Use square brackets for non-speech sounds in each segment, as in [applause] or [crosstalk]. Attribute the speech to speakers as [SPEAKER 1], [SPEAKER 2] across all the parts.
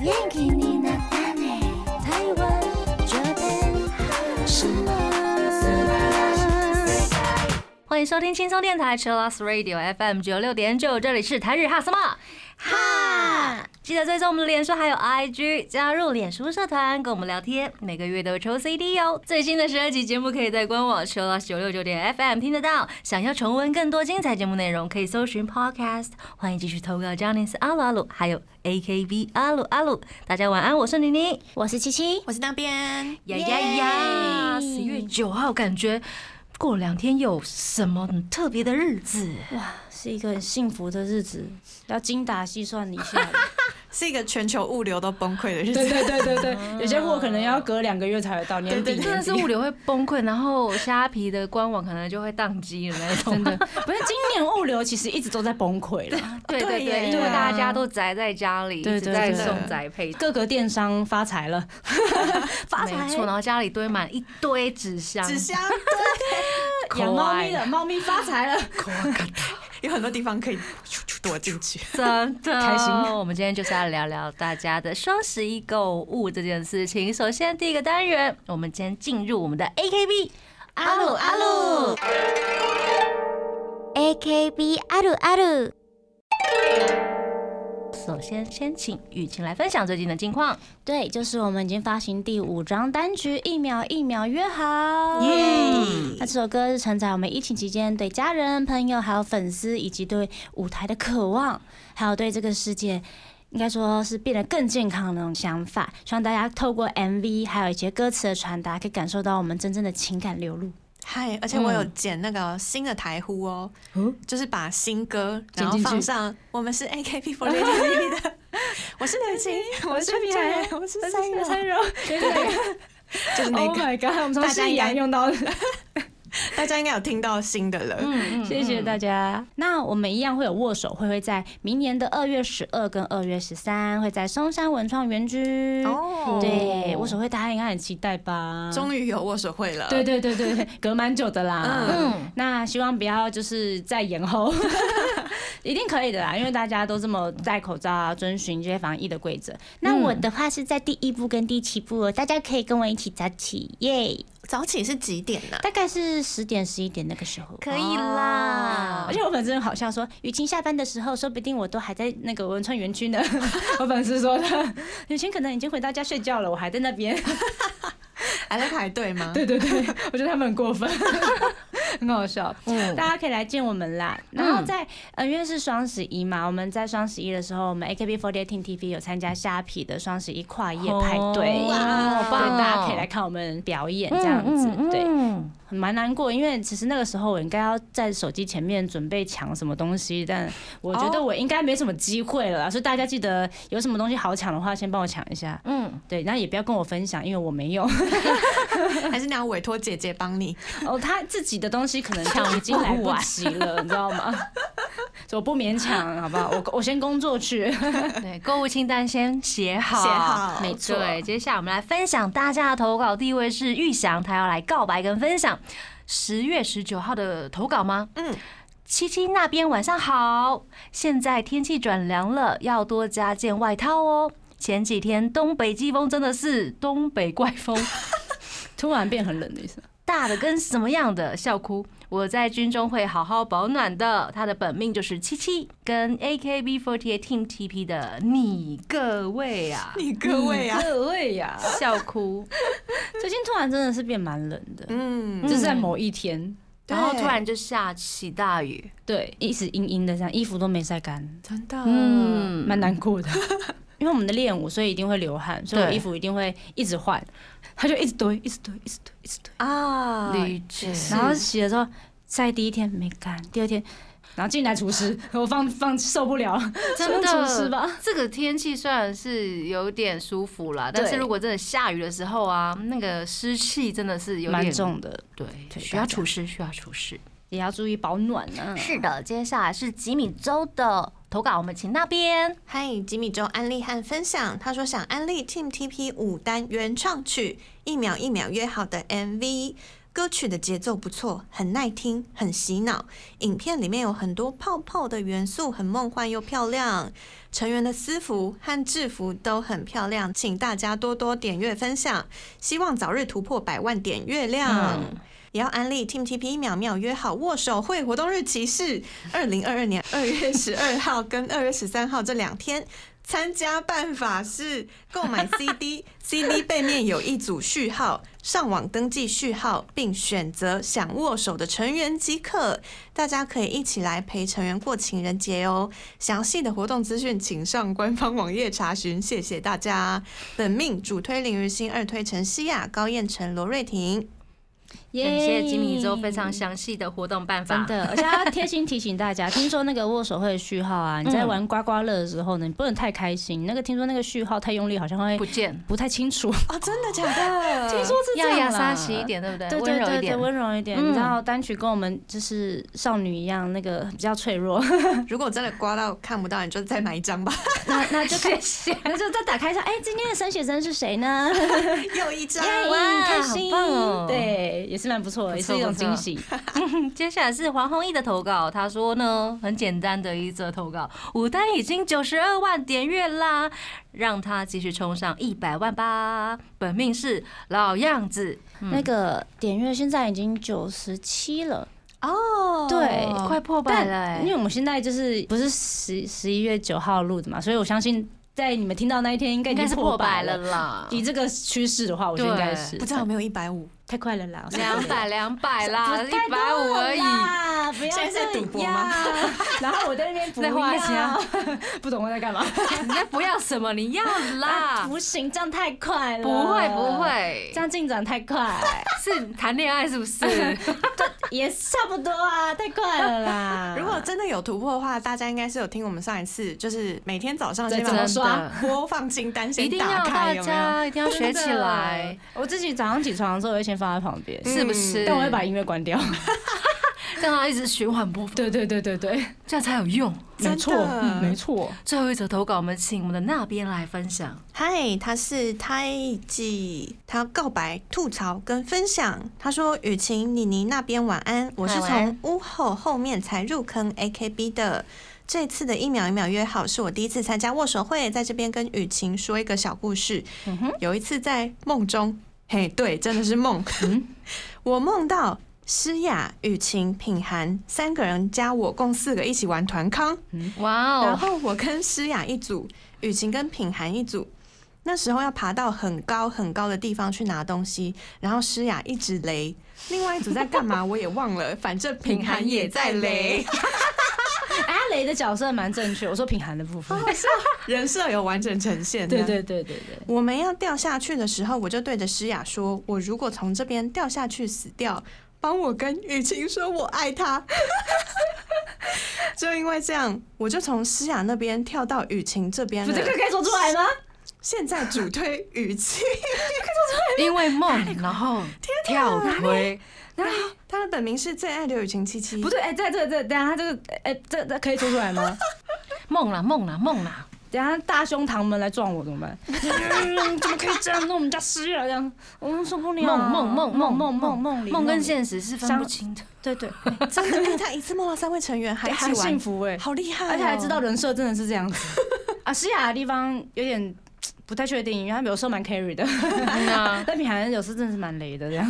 [SPEAKER 1] 元気になったね台湾这边什么？
[SPEAKER 2] 欢迎收听轻松电台 Chillus Radio FM 九六点九，这里是台日哈什么哈。记得追踪我们的脸书还有 IG，加入脸书社团跟我们聊天，每个月都会抽 CD 哦。最新的十二集节目可以在官网 Chillus 九六九点 FM 听得到。想要重温更多精彩节目内容，可以搜寻 Podcast。欢迎继续投稿 j o n n y 阿鲁阿鲁，还有 AKB 阿鲁阿鲁。大家晚安，我是妮妮。
[SPEAKER 1] 我是七七，
[SPEAKER 3] 我是那边，
[SPEAKER 2] 呀呀呀！
[SPEAKER 1] 耶
[SPEAKER 2] 十月九号，感觉过两天有什么很特别的日子？
[SPEAKER 1] 是一个很幸福的日子，要精打细算一
[SPEAKER 4] [laughs]
[SPEAKER 1] 下。
[SPEAKER 3] 是一个全球物流都崩溃的日
[SPEAKER 5] 对
[SPEAKER 3] 子。
[SPEAKER 5] 对对
[SPEAKER 1] [laughs]
[SPEAKER 5] 对对，有些货可能要隔两个月才会到，年底
[SPEAKER 3] 对对
[SPEAKER 2] 真
[SPEAKER 5] 年
[SPEAKER 2] 的
[SPEAKER 5] 底
[SPEAKER 2] 是物流会崩溃，然后虾皮的官网可能就会宕机的那
[SPEAKER 1] [laughs]
[SPEAKER 2] 种。
[SPEAKER 5] 真的不是今年物流其实一直都在崩溃了，
[SPEAKER 2] [laughs] 对对对，
[SPEAKER 3] 对耶
[SPEAKER 2] 因为
[SPEAKER 5] 对啊
[SPEAKER 2] 大家都宅在家里，一
[SPEAKER 5] 对
[SPEAKER 2] 直
[SPEAKER 5] 对
[SPEAKER 2] 在
[SPEAKER 5] 对
[SPEAKER 2] 送宅配。
[SPEAKER 5] 各个电商发财
[SPEAKER 1] [laughs]
[SPEAKER 5] 了，
[SPEAKER 2] 发没错，然后家里堆满一堆纸箱，
[SPEAKER 3] 纸箱
[SPEAKER 5] 养猫咪的猫咪发财了，
[SPEAKER 3] 有很多地方可以躲进去。
[SPEAKER 2] 真的
[SPEAKER 5] [laughs] 开心
[SPEAKER 2] 我们今天就是要聊聊大家的双十一购物这件事情。首先第一个单元，我们先进入我们的 AKB 阿鲁阿鲁。
[SPEAKER 1] AKB あるある，
[SPEAKER 2] 首先先请雨晴来分享最近的近况。
[SPEAKER 1] 对，就是我们已经发行第五张单曲《一秒一秒约好》。
[SPEAKER 5] 嗯
[SPEAKER 1] 那这首歌是承载我们疫情期间对家人、朋友还有粉丝，以及对舞台的渴望，还有对这个世界。应该说是变得更健康的那种想法，希望大家透过 MV 还有一些歌词的传达，可以感受到我们真正的情感流 [laughs] 露。
[SPEAKER 3] 嗨，而且我有剪那个新的台呼哦，
[SPEAKER 5] 嗯
[SPEAKER 3] 就是把新歌
[SPEAKER 5] 剪进去
[SPEAKER 3] 然后放上我们是 AKB48 的，我是刘晴，我是米海，我是三
[SPEAKER 5] 菜
[SPEAKER 3] 柔，
[SPEAKER 1] [laughs]
[SPEAKER 5] 肉，
[SPEAKER 3] 就是那
[SPEAKER 5] Oh
[SPEAKER 3] 个
[SPEAKER 5] my god！我们从
[SPEAKER 3] 大家
[SPEAKER 5] 夕
[SPEAKER 3] 应该
[SPEAKER 1] 啊
[SPEAKER 5] 阳
[SPEAKER 1] [laughs]
[SPEAKER 5] 用到，
[SPEAKER 3] 大家应该有听到新的了。
[SPEAKER 2] 嗯，
[SPEAKER 1] 谢谢大家。那我们一样会有握手会，会在明年的二月十二跟二月十三，会在松山文创园区。
[SPEAKER 3] 哦
[SPEAKER 1] 对，握手会大家应该很期待吧？
[SPEAKER 3] 终于有握手会了。
[SPEAKER 5] 对对对
[SPEAKER 1] [laughs]
[SPEAKER 5] 对，对隔蛮久的啦。
[SPEAKER 2] 嗯，
[SPEAKER 5] 那希望不要就是再
[SPEAKER 1] [laughs]
[SPEAKER 5] 延后， [laughs] 一定可以的啦，因为大家都这么戴口罩啊，遵循这些防疫的规则。
[SPEAKER 1] 那我的话是在第一步跟第七步哦，大家可以跟我一起早起耶，
[SPEAKER 3] 早起是几点啊呢？
[SPEAKER 1] 大概是十点十一点那个时候。哦
[SPEAKER 2] 可以啦
[SPEAKER 5] 而。且我粉丝很好笑说，雨晴下班的时候，说不定我都还在那个文创园区呢。 [laughs] 我粉丝说的，雨晴可能已经回到家睡觉了，我还在那边。
[SPEAKER 3] 还在排队吗？
[SPEAKER 5] 对对对， [laughs] 我觉得他们很过分， [laughs] 很好笑。
[SPEAKER 2] 嗯
[SPEAKER 5] 大家可以来见我们啦。然后在呃，因为是双十一嘛，我们在双十一的时候，我们 AKB48 Team TV 有参加虾皮的双十一跨夜派对，
[SPEAKER 2] 哦哇好棒哦
[SPEAKER 5] 对，大家可以来看我们表演这样子，对。
[SPEAKER 2] 嗯
[SPEAKER 5] 很蛮难过，因为其实那个时候我应该要在手机前面准备抢什么东西，但我觉得我应该没什么机会了啦所以大家记得有什么东西好抢的话，先帮我抢一下。
[SPEAKER 2] 嗯，
[SPEAKER 5] 对，那也不要跟我分享，因为我没有。
[SPEAKER 3] 还是你要委托姐姐帮你？
[SPEAKER 5] 哦，他自己的东西可能就已经来不及了，你知道吗？ [laughs] 所以我不勉强，好不好？我我先工作去。 [laughs]
[SPEAKER 3] [laughs]
[SPEAKER 2] 对，购物清单先写好，
[SPEAKER 3] 写好
[SPEAKER 2] 没错。对，接下来我们来分享大家的投稿，第一位是玉祥，他要来告白跟分享十月十九号的投稿吗？
[SPEAKER 3] 嗯。
[SPEAKER 2] 七七那边晚上好，现在天气转凉了，要多加件外套哦。前几天东北季风真的是东北怪
[SPEAKER 3] [laughs]
[SPEAKER 2] 风，
[SPEAKER 5] 突然变很冷的意思。
[SPEAKER 2] 大的跟什么样的笑哭？我在军中会好好保暖的。他的本命就是七七，跟 AKB48 Team TP 的你各位啊，
[SPEAKER 3] 你各位啊，
[SPEAKER 5] 各位呀、
[SPEAKER 2] [laughs] 笑哭。
[SPEAKER 5] 最近突然真的是变蛮冷的，
[SPEAKER 3] 嗯，
[SPEAKER 5] 就是在某一天，
[SPEAKER 3] 对
[SPEAKER 2] 然后突然就下起大雨，
[SPEAKER 5] 对，一直阴阴的这样，衣服都没晒干，
[SPEAKER 3] 真的，
[SPEAKER 2] 嗯，
[SPEAKER 5] 蛮难过的。 [laughs] 因为我们的练舞，所以一定会流汗，所以我衣服一定会一直换，它就一直堆，一直堆，一直堆，一直堆。
[SPEAKER 3] 啊，
[SPEAKER 2] 理解。
[SPEAKER 5] 然后洗的时候晒第一天没干，第二天，然后进来厨 [laughs] 师，我放放受不了，
[SPEAKER 2] 真
[SPEAKER 5] 厨师吧
[SPEAKER 2] 的，。这个天气虽然是有点舒服啦，
[SPEAKER 5] 对
[SPEAKER 2] 但是如果真的下雨的时候啊，那个湿气真的是有
[SPEAKER 5] 蛮
[SPEAKER 2] 点，
[SPEAKER 5] 重的，
[SPEAKER 2] 对，
[SPEAKER 5] 对
[SPEAKER 2] 需要除湿，需要除湿。
[SPEAKER 5] 也要注意保暖啊。
[SPEAKER 2] 嗯是的，接下来是吉米周的投稿，我们请那边。
[SPEAKER 3] 嗨，吉米周安利和分享，他说想安利 Team TP 五单原创曲《一秒一秒约好》的 MV。歌曲的节奏不错，很耐听，很洗脑。影片里面有很多泡泡的元素，很梦幻又漂亮。成员的私服和制服都很漂亮，请大家多多点阅分享，希望早日突破百万点月亮。也要安利 Team TP 秒秒约好握手会活动日期是二零二二年二月十二号跟二月十三号这两天。参加办法是购买 [laughs] CD，CD 背面有一组序号，上网登记序号，并选择想握手的成员即可。大家可以一起来陪成员过情人节哦。详细的活动资讯请上官方网页查询。谢谢大家。本命主推林于心，二推陈希雅、高彦辰、罗瑞婷。
[SPEAKER 2] 感谢吉米周非常详细的活动办法
[SPEAKER 5] 真。的，而且要贴心提醒大家，听说那个握手会的序号
[SPEAKER 2] 嗯
[SPEAKER 5] 啊，你在玩刮刮乐的时候呢，你不能太开心。那个听说那个序号太用力，好像会
[SPEAKER 2] 不见，
[SPEAKER 5] 不太清 [laughs] 楚。
[SPEAKER 3] 哦，真的假的？ [laughs] 听说
[SPEAKER 5] 是
[SPEAKER 2] 要
[SPEAKER 5] 这
[SPEAKER 2] 雅
[SPEAKER 5] 样
[SPEAKER 2] 莎
[SPEAKER 5] 啦
[SPEAKER 2] 洗一点，对不对？
[SPEAKER 5] 对
[SPEAKER 2] 温
[SPEAKER 5] 对
[SPEAKER 2] 柔一
[SPEAKER 5] 对对，
[SPEAKER 2] 点。
[SPEAKER 5] 温柔一点。
[SPEAKER 2] 嗯
[SPEAKER 5] 你知道单曲跟我们就是少女一样，那个比较
[SPEAKER 2] [laughs]
[SPEAKER 5] 脆弱，
[SPEAKER 3] 如果真的刮到看不到，你就再买一张吧，
[SPEAKER 5] 那那就
[SPEAKER 2] 谢谢。
[SPEAKER 5] 那就再打开一下，哎，今天的升学生是谁呢？
[SPEAKER 2] [laughs]
[SPEAKER 3] [laughs] 又一张。
[SPEAKER 5] 耶
[SPEAKER 2] 哇
[SPEAKER 5] 开心
[SPEAKER 2] 好棒哦
[SPEAKER 5] 对，也是蛮不错的，
[SPEAKER 2] 不
[SPEAKER 5] 也
[SPEAKER 2] 错
[SPEAKER 5] 是一种
[SPEAKER 2] 不错
[SPEAKER 5] 惊喜。
[SPEAKER 2] 接下来是黄宏毅的投稿，他说呢，很简单的一则投稿，五单已经九十二万点阅啦，让他继续冲上一百万吧。本命是老样子，
[SPEAKER 5] 那个点阅现在已经九十七了，
[SPEAKER 3] 哦，
[SPEAKER 5] 对
[SPEAKER 2] 哎快破百了、
[SPEAKER 5] 但
[SPEAKER 2] 欸
[SPEAKER 5] 因为。我们现在就是不是十十一月九号录的嘛，所以我相信在你们听到那一天应该已
[SPEAKER 2] 应该是
[SPEAKER 5] 经
[SPEAKER 2] 破
[SPEAKER 5] 百
[SPEAKER 2] 百了。啦，
[SPEAKER 5] 以这个趋势的话，我觉得应该
[SPEAKER 2] 对
[SPEAKER 5] 是
[SPEAKER 3] 不知道有没有一百五？
[SPEAKER 5] 太快了啦，
[SPEAKER 2] 两百两百啦， [laughs]
[SPEAKER 5] 不太
[SPEAKER 2] 一
[SPEAKER 5] 多
[SPEAKER 2] 百五
[SPEAKER 5] 了
[SPEAKER 2] 而已。
[SPEAKER 5] 啦不要
[SPEAKER 3] 现在在
[SPEAKER 5] 这
[SPEAKER 3] 赌博
[SPEAKER 5] 样
[SPEAKER 3] 吗？
[SPEAKER 5] 然后我在那边不
[SPEAKER 2] 在花
[SPEAKER 5] 要，不懂我在干嘛。
[SPEAKER 2] 你在不要什么，你要啦，
[SPEAKER 5] 不行，这样太快了。
[SPEAKER 2] 不会啊不，会
[SPEAKER 5] 这，样进展太快，
[SPEAKER 2] 是谈恋爱是不是？
[SPEAKER 5] [laughs]
[SPEAKER 2] [laughs]
[SPEAKER 5] 也差不多啊，太快了啦。
[SPEAKER 3] [laughs] 如果真的有突破的话，大家应该是有听我们上一次，就是每天早上
[SPEAKER 5] 这
[SPEAKER 3] 先把
[SPEAKER 5] 怎么
[SPEAKER 3] 我们
[SPEAKER 5] 刷
[SPEAKER 3] 的播放清单
[SPEAKER 2] 一
[SPEAKER 3] 先
[SPEAKER 2] 定
[SPEAKER 3] 打
[SPEAKER 2] 要
[SPEAKER 3] 开，
[SPEAKER 2] 大
[SPEAKER 3] 有没有？
[SPEAKER 2] 家一定要学起来，
[SPEAKER 5] 我自己早上起床的时候，我会先放在旁边，
[SPEAKER 2] 是不是？
[SPEAKER 5] 但我会把音乐关掉。
[SPEAKER 2] 让它一直循环播放，
[SPEAKER 5] 对对对对 [laughs] 对，
[SPEAKER 2] 这样才有用。
[SPEAKER 3] 真的
[SPEAKER 5] 没错，嗯没错。
[SPEAKER 2] 最后一则投稿，我们请我们的那边来分享。
[SPEAKER 3] 嗨，他是胎记，他要告白、吐槽跟分享。他说：“雨晴、妮妮那边晚安，我是
[SPEAKER 2] 嗨晚安
[SPEAKER 3] 从屋后后面才入坑 AKB 的。”这次的一秒一秒约好是我第一次参加握手会，在这边跟雨晴说一个小故事。
[SPEAKER 2] 嗯
[SPEAKER 3] 有一次在梦中，嘿，对，真的是梦，
[SPEAKER 2] 嗯
[SPEAKER 3] [laughs] 我梦到诗雅、雨晴、品涵三个人加我共四个一起玩团康，
[SPEAKER 2] 哇
[SPEAKER 3] 嗯然
[SPEAKER 2] 哦，
[SPEAKER 3] 后我跟诗雅一组，雨晴跟品涵一组。那时候要爬到很高很高的地方去拿东西，然后诗雅一直雷，另外一组在干嘛我也忘了，反正品涵也在雷，
[SPEAKER 5] 阿雷的角色蛮正确，我说品哦涵的部分。
[SPEAKER 3] [laughs] 人设有完整呈现。
[SPEAKER 5] 对。对对对对，
[SPEAKER 3] 我们要掉下去的时候，我就对着诗雅说：“我如果从这边掉下去死掉，帮我跟雨晴说我爱她。” [laughs] 就因为这样，我就从诗雅那边跳到雨晴这边
[SPEAKER 5] 不这个
[SPEAKER 3] 了。
[SPEAKER 5] 可以说出来吗？
[SPEAKER 3] 现在主推雨晴。
[SPEAKER 2] 因为梦，然后跳推，
[SPEAKER 3] [laughs] 然后他的本名是最爱刘雨晴七七，
[SPEAKER 5] 不对，哎，在这这，等一下他这个，哎，这这可以说出来吗？ [laughs]
[SPEAKER 2] 梦啦梦啦梦啦，
[SPEAKER 5] 等一下大胸膛们来撞我怎么办？嗯怎么可以这样弄我们家诗雅这样？我们受不了。啊
[SPEAKER 2] 梦梦梦梦
[SPEAKER 5] 梦梦梦里
[SPEAKER 2] 梦跟现实是分
[SPEAKER 5] 相
[SPEAKER 2] 不清的。
[SPEAKER 5] 对对，
[SPEAKER 3] 真的，他一次梦到三位成员，还一
[SPEAKER 5] 很
[SPEAKER 3] 起
[SPEAKER 5] 幸
[SPEAKER 3] 玩，
[SPEAKER 5] 福哎，
[SPEAKER 3] 好厉害哦，
[SPEAKER 5] 而且还知道人设真的是这 [laughs] 样子啊。诗雅的地方有点不太确定，因为她有时候蛮 carry
[SPEAKER 3] [laughs]
[SPEAKER 5] 的，
[SPEAKER 2] 嗯啊，
[SPEAKER 5] 但品涵有时真的是蛮雷的这 [laughs] 样，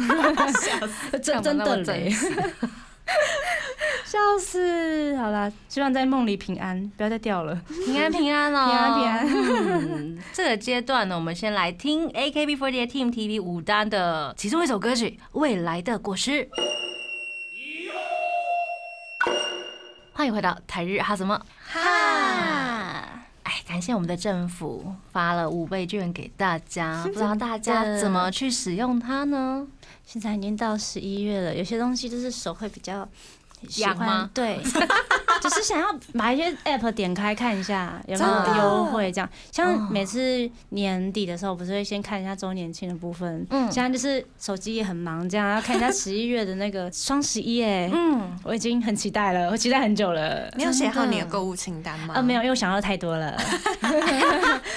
[SPEAKER 5] 真
[SPEAKER 2] 干
[SPEAKER 5] 真
[SPEAKER 2] 嘛那
[SPEAKER 5] 的
[SPEAKER 2] 么
[SPEAKER 5] 雷 [laughs]
[SPEAKER 2] 真，实
[SPEAKER 5] 笑死！好啦，希望在梦里平安，不要再掉了。
[SPEAKER 2] 平安平安哦，
[SPEAKER 5] 平安平安
[SPEAKER 2] 嗯，这个阶段呢，我们先来听 AKB48 Team TV 五单的其中一首歌曲《未来的果实》。欢迎回到台日哈什么？
[SPEAKER 5] 哈，
[SPEAKER 2] 哎，感谢我们的政府发了五倍券给大家，不知道大家怎么去使用它呢？
[SPEAKER 5] 现在已经到十一月了，有些东西就是手会比较喜
[SPEAKER 2] 痒
[SPEAKER 5] 欢
[SPEAKER 2] 吗，
[SPEAKER 5] [laughs] 对，只是想要把一些 app 点开看一下有没
[SPEAKER 3] 真
[SPEAKER 5] 有
[SPEAKER 3] 的
[SPEAKER 5] 优惠，这样。
[SPEAKER 2] 哦
[SPEAKER 5] 像每次年底的时候，不是会先看一下周年庆的部分，
[SPEAKER 2] 嗯
[SPEAKER 5] 现在就是手机也很忙，这样要看一下十一月的那个双十一，哎，
[SPEAKER 2] 嗯，
[SPEAKER 5] 我已经很期待了，我期待很久了。
[SPEAKER 3] 你有写好
[SPEAKER 5] 真的
[SPEAKER 3] 你的购物清单吗？
[SPEAKER 5] 呃，没有，因为我想要太多了。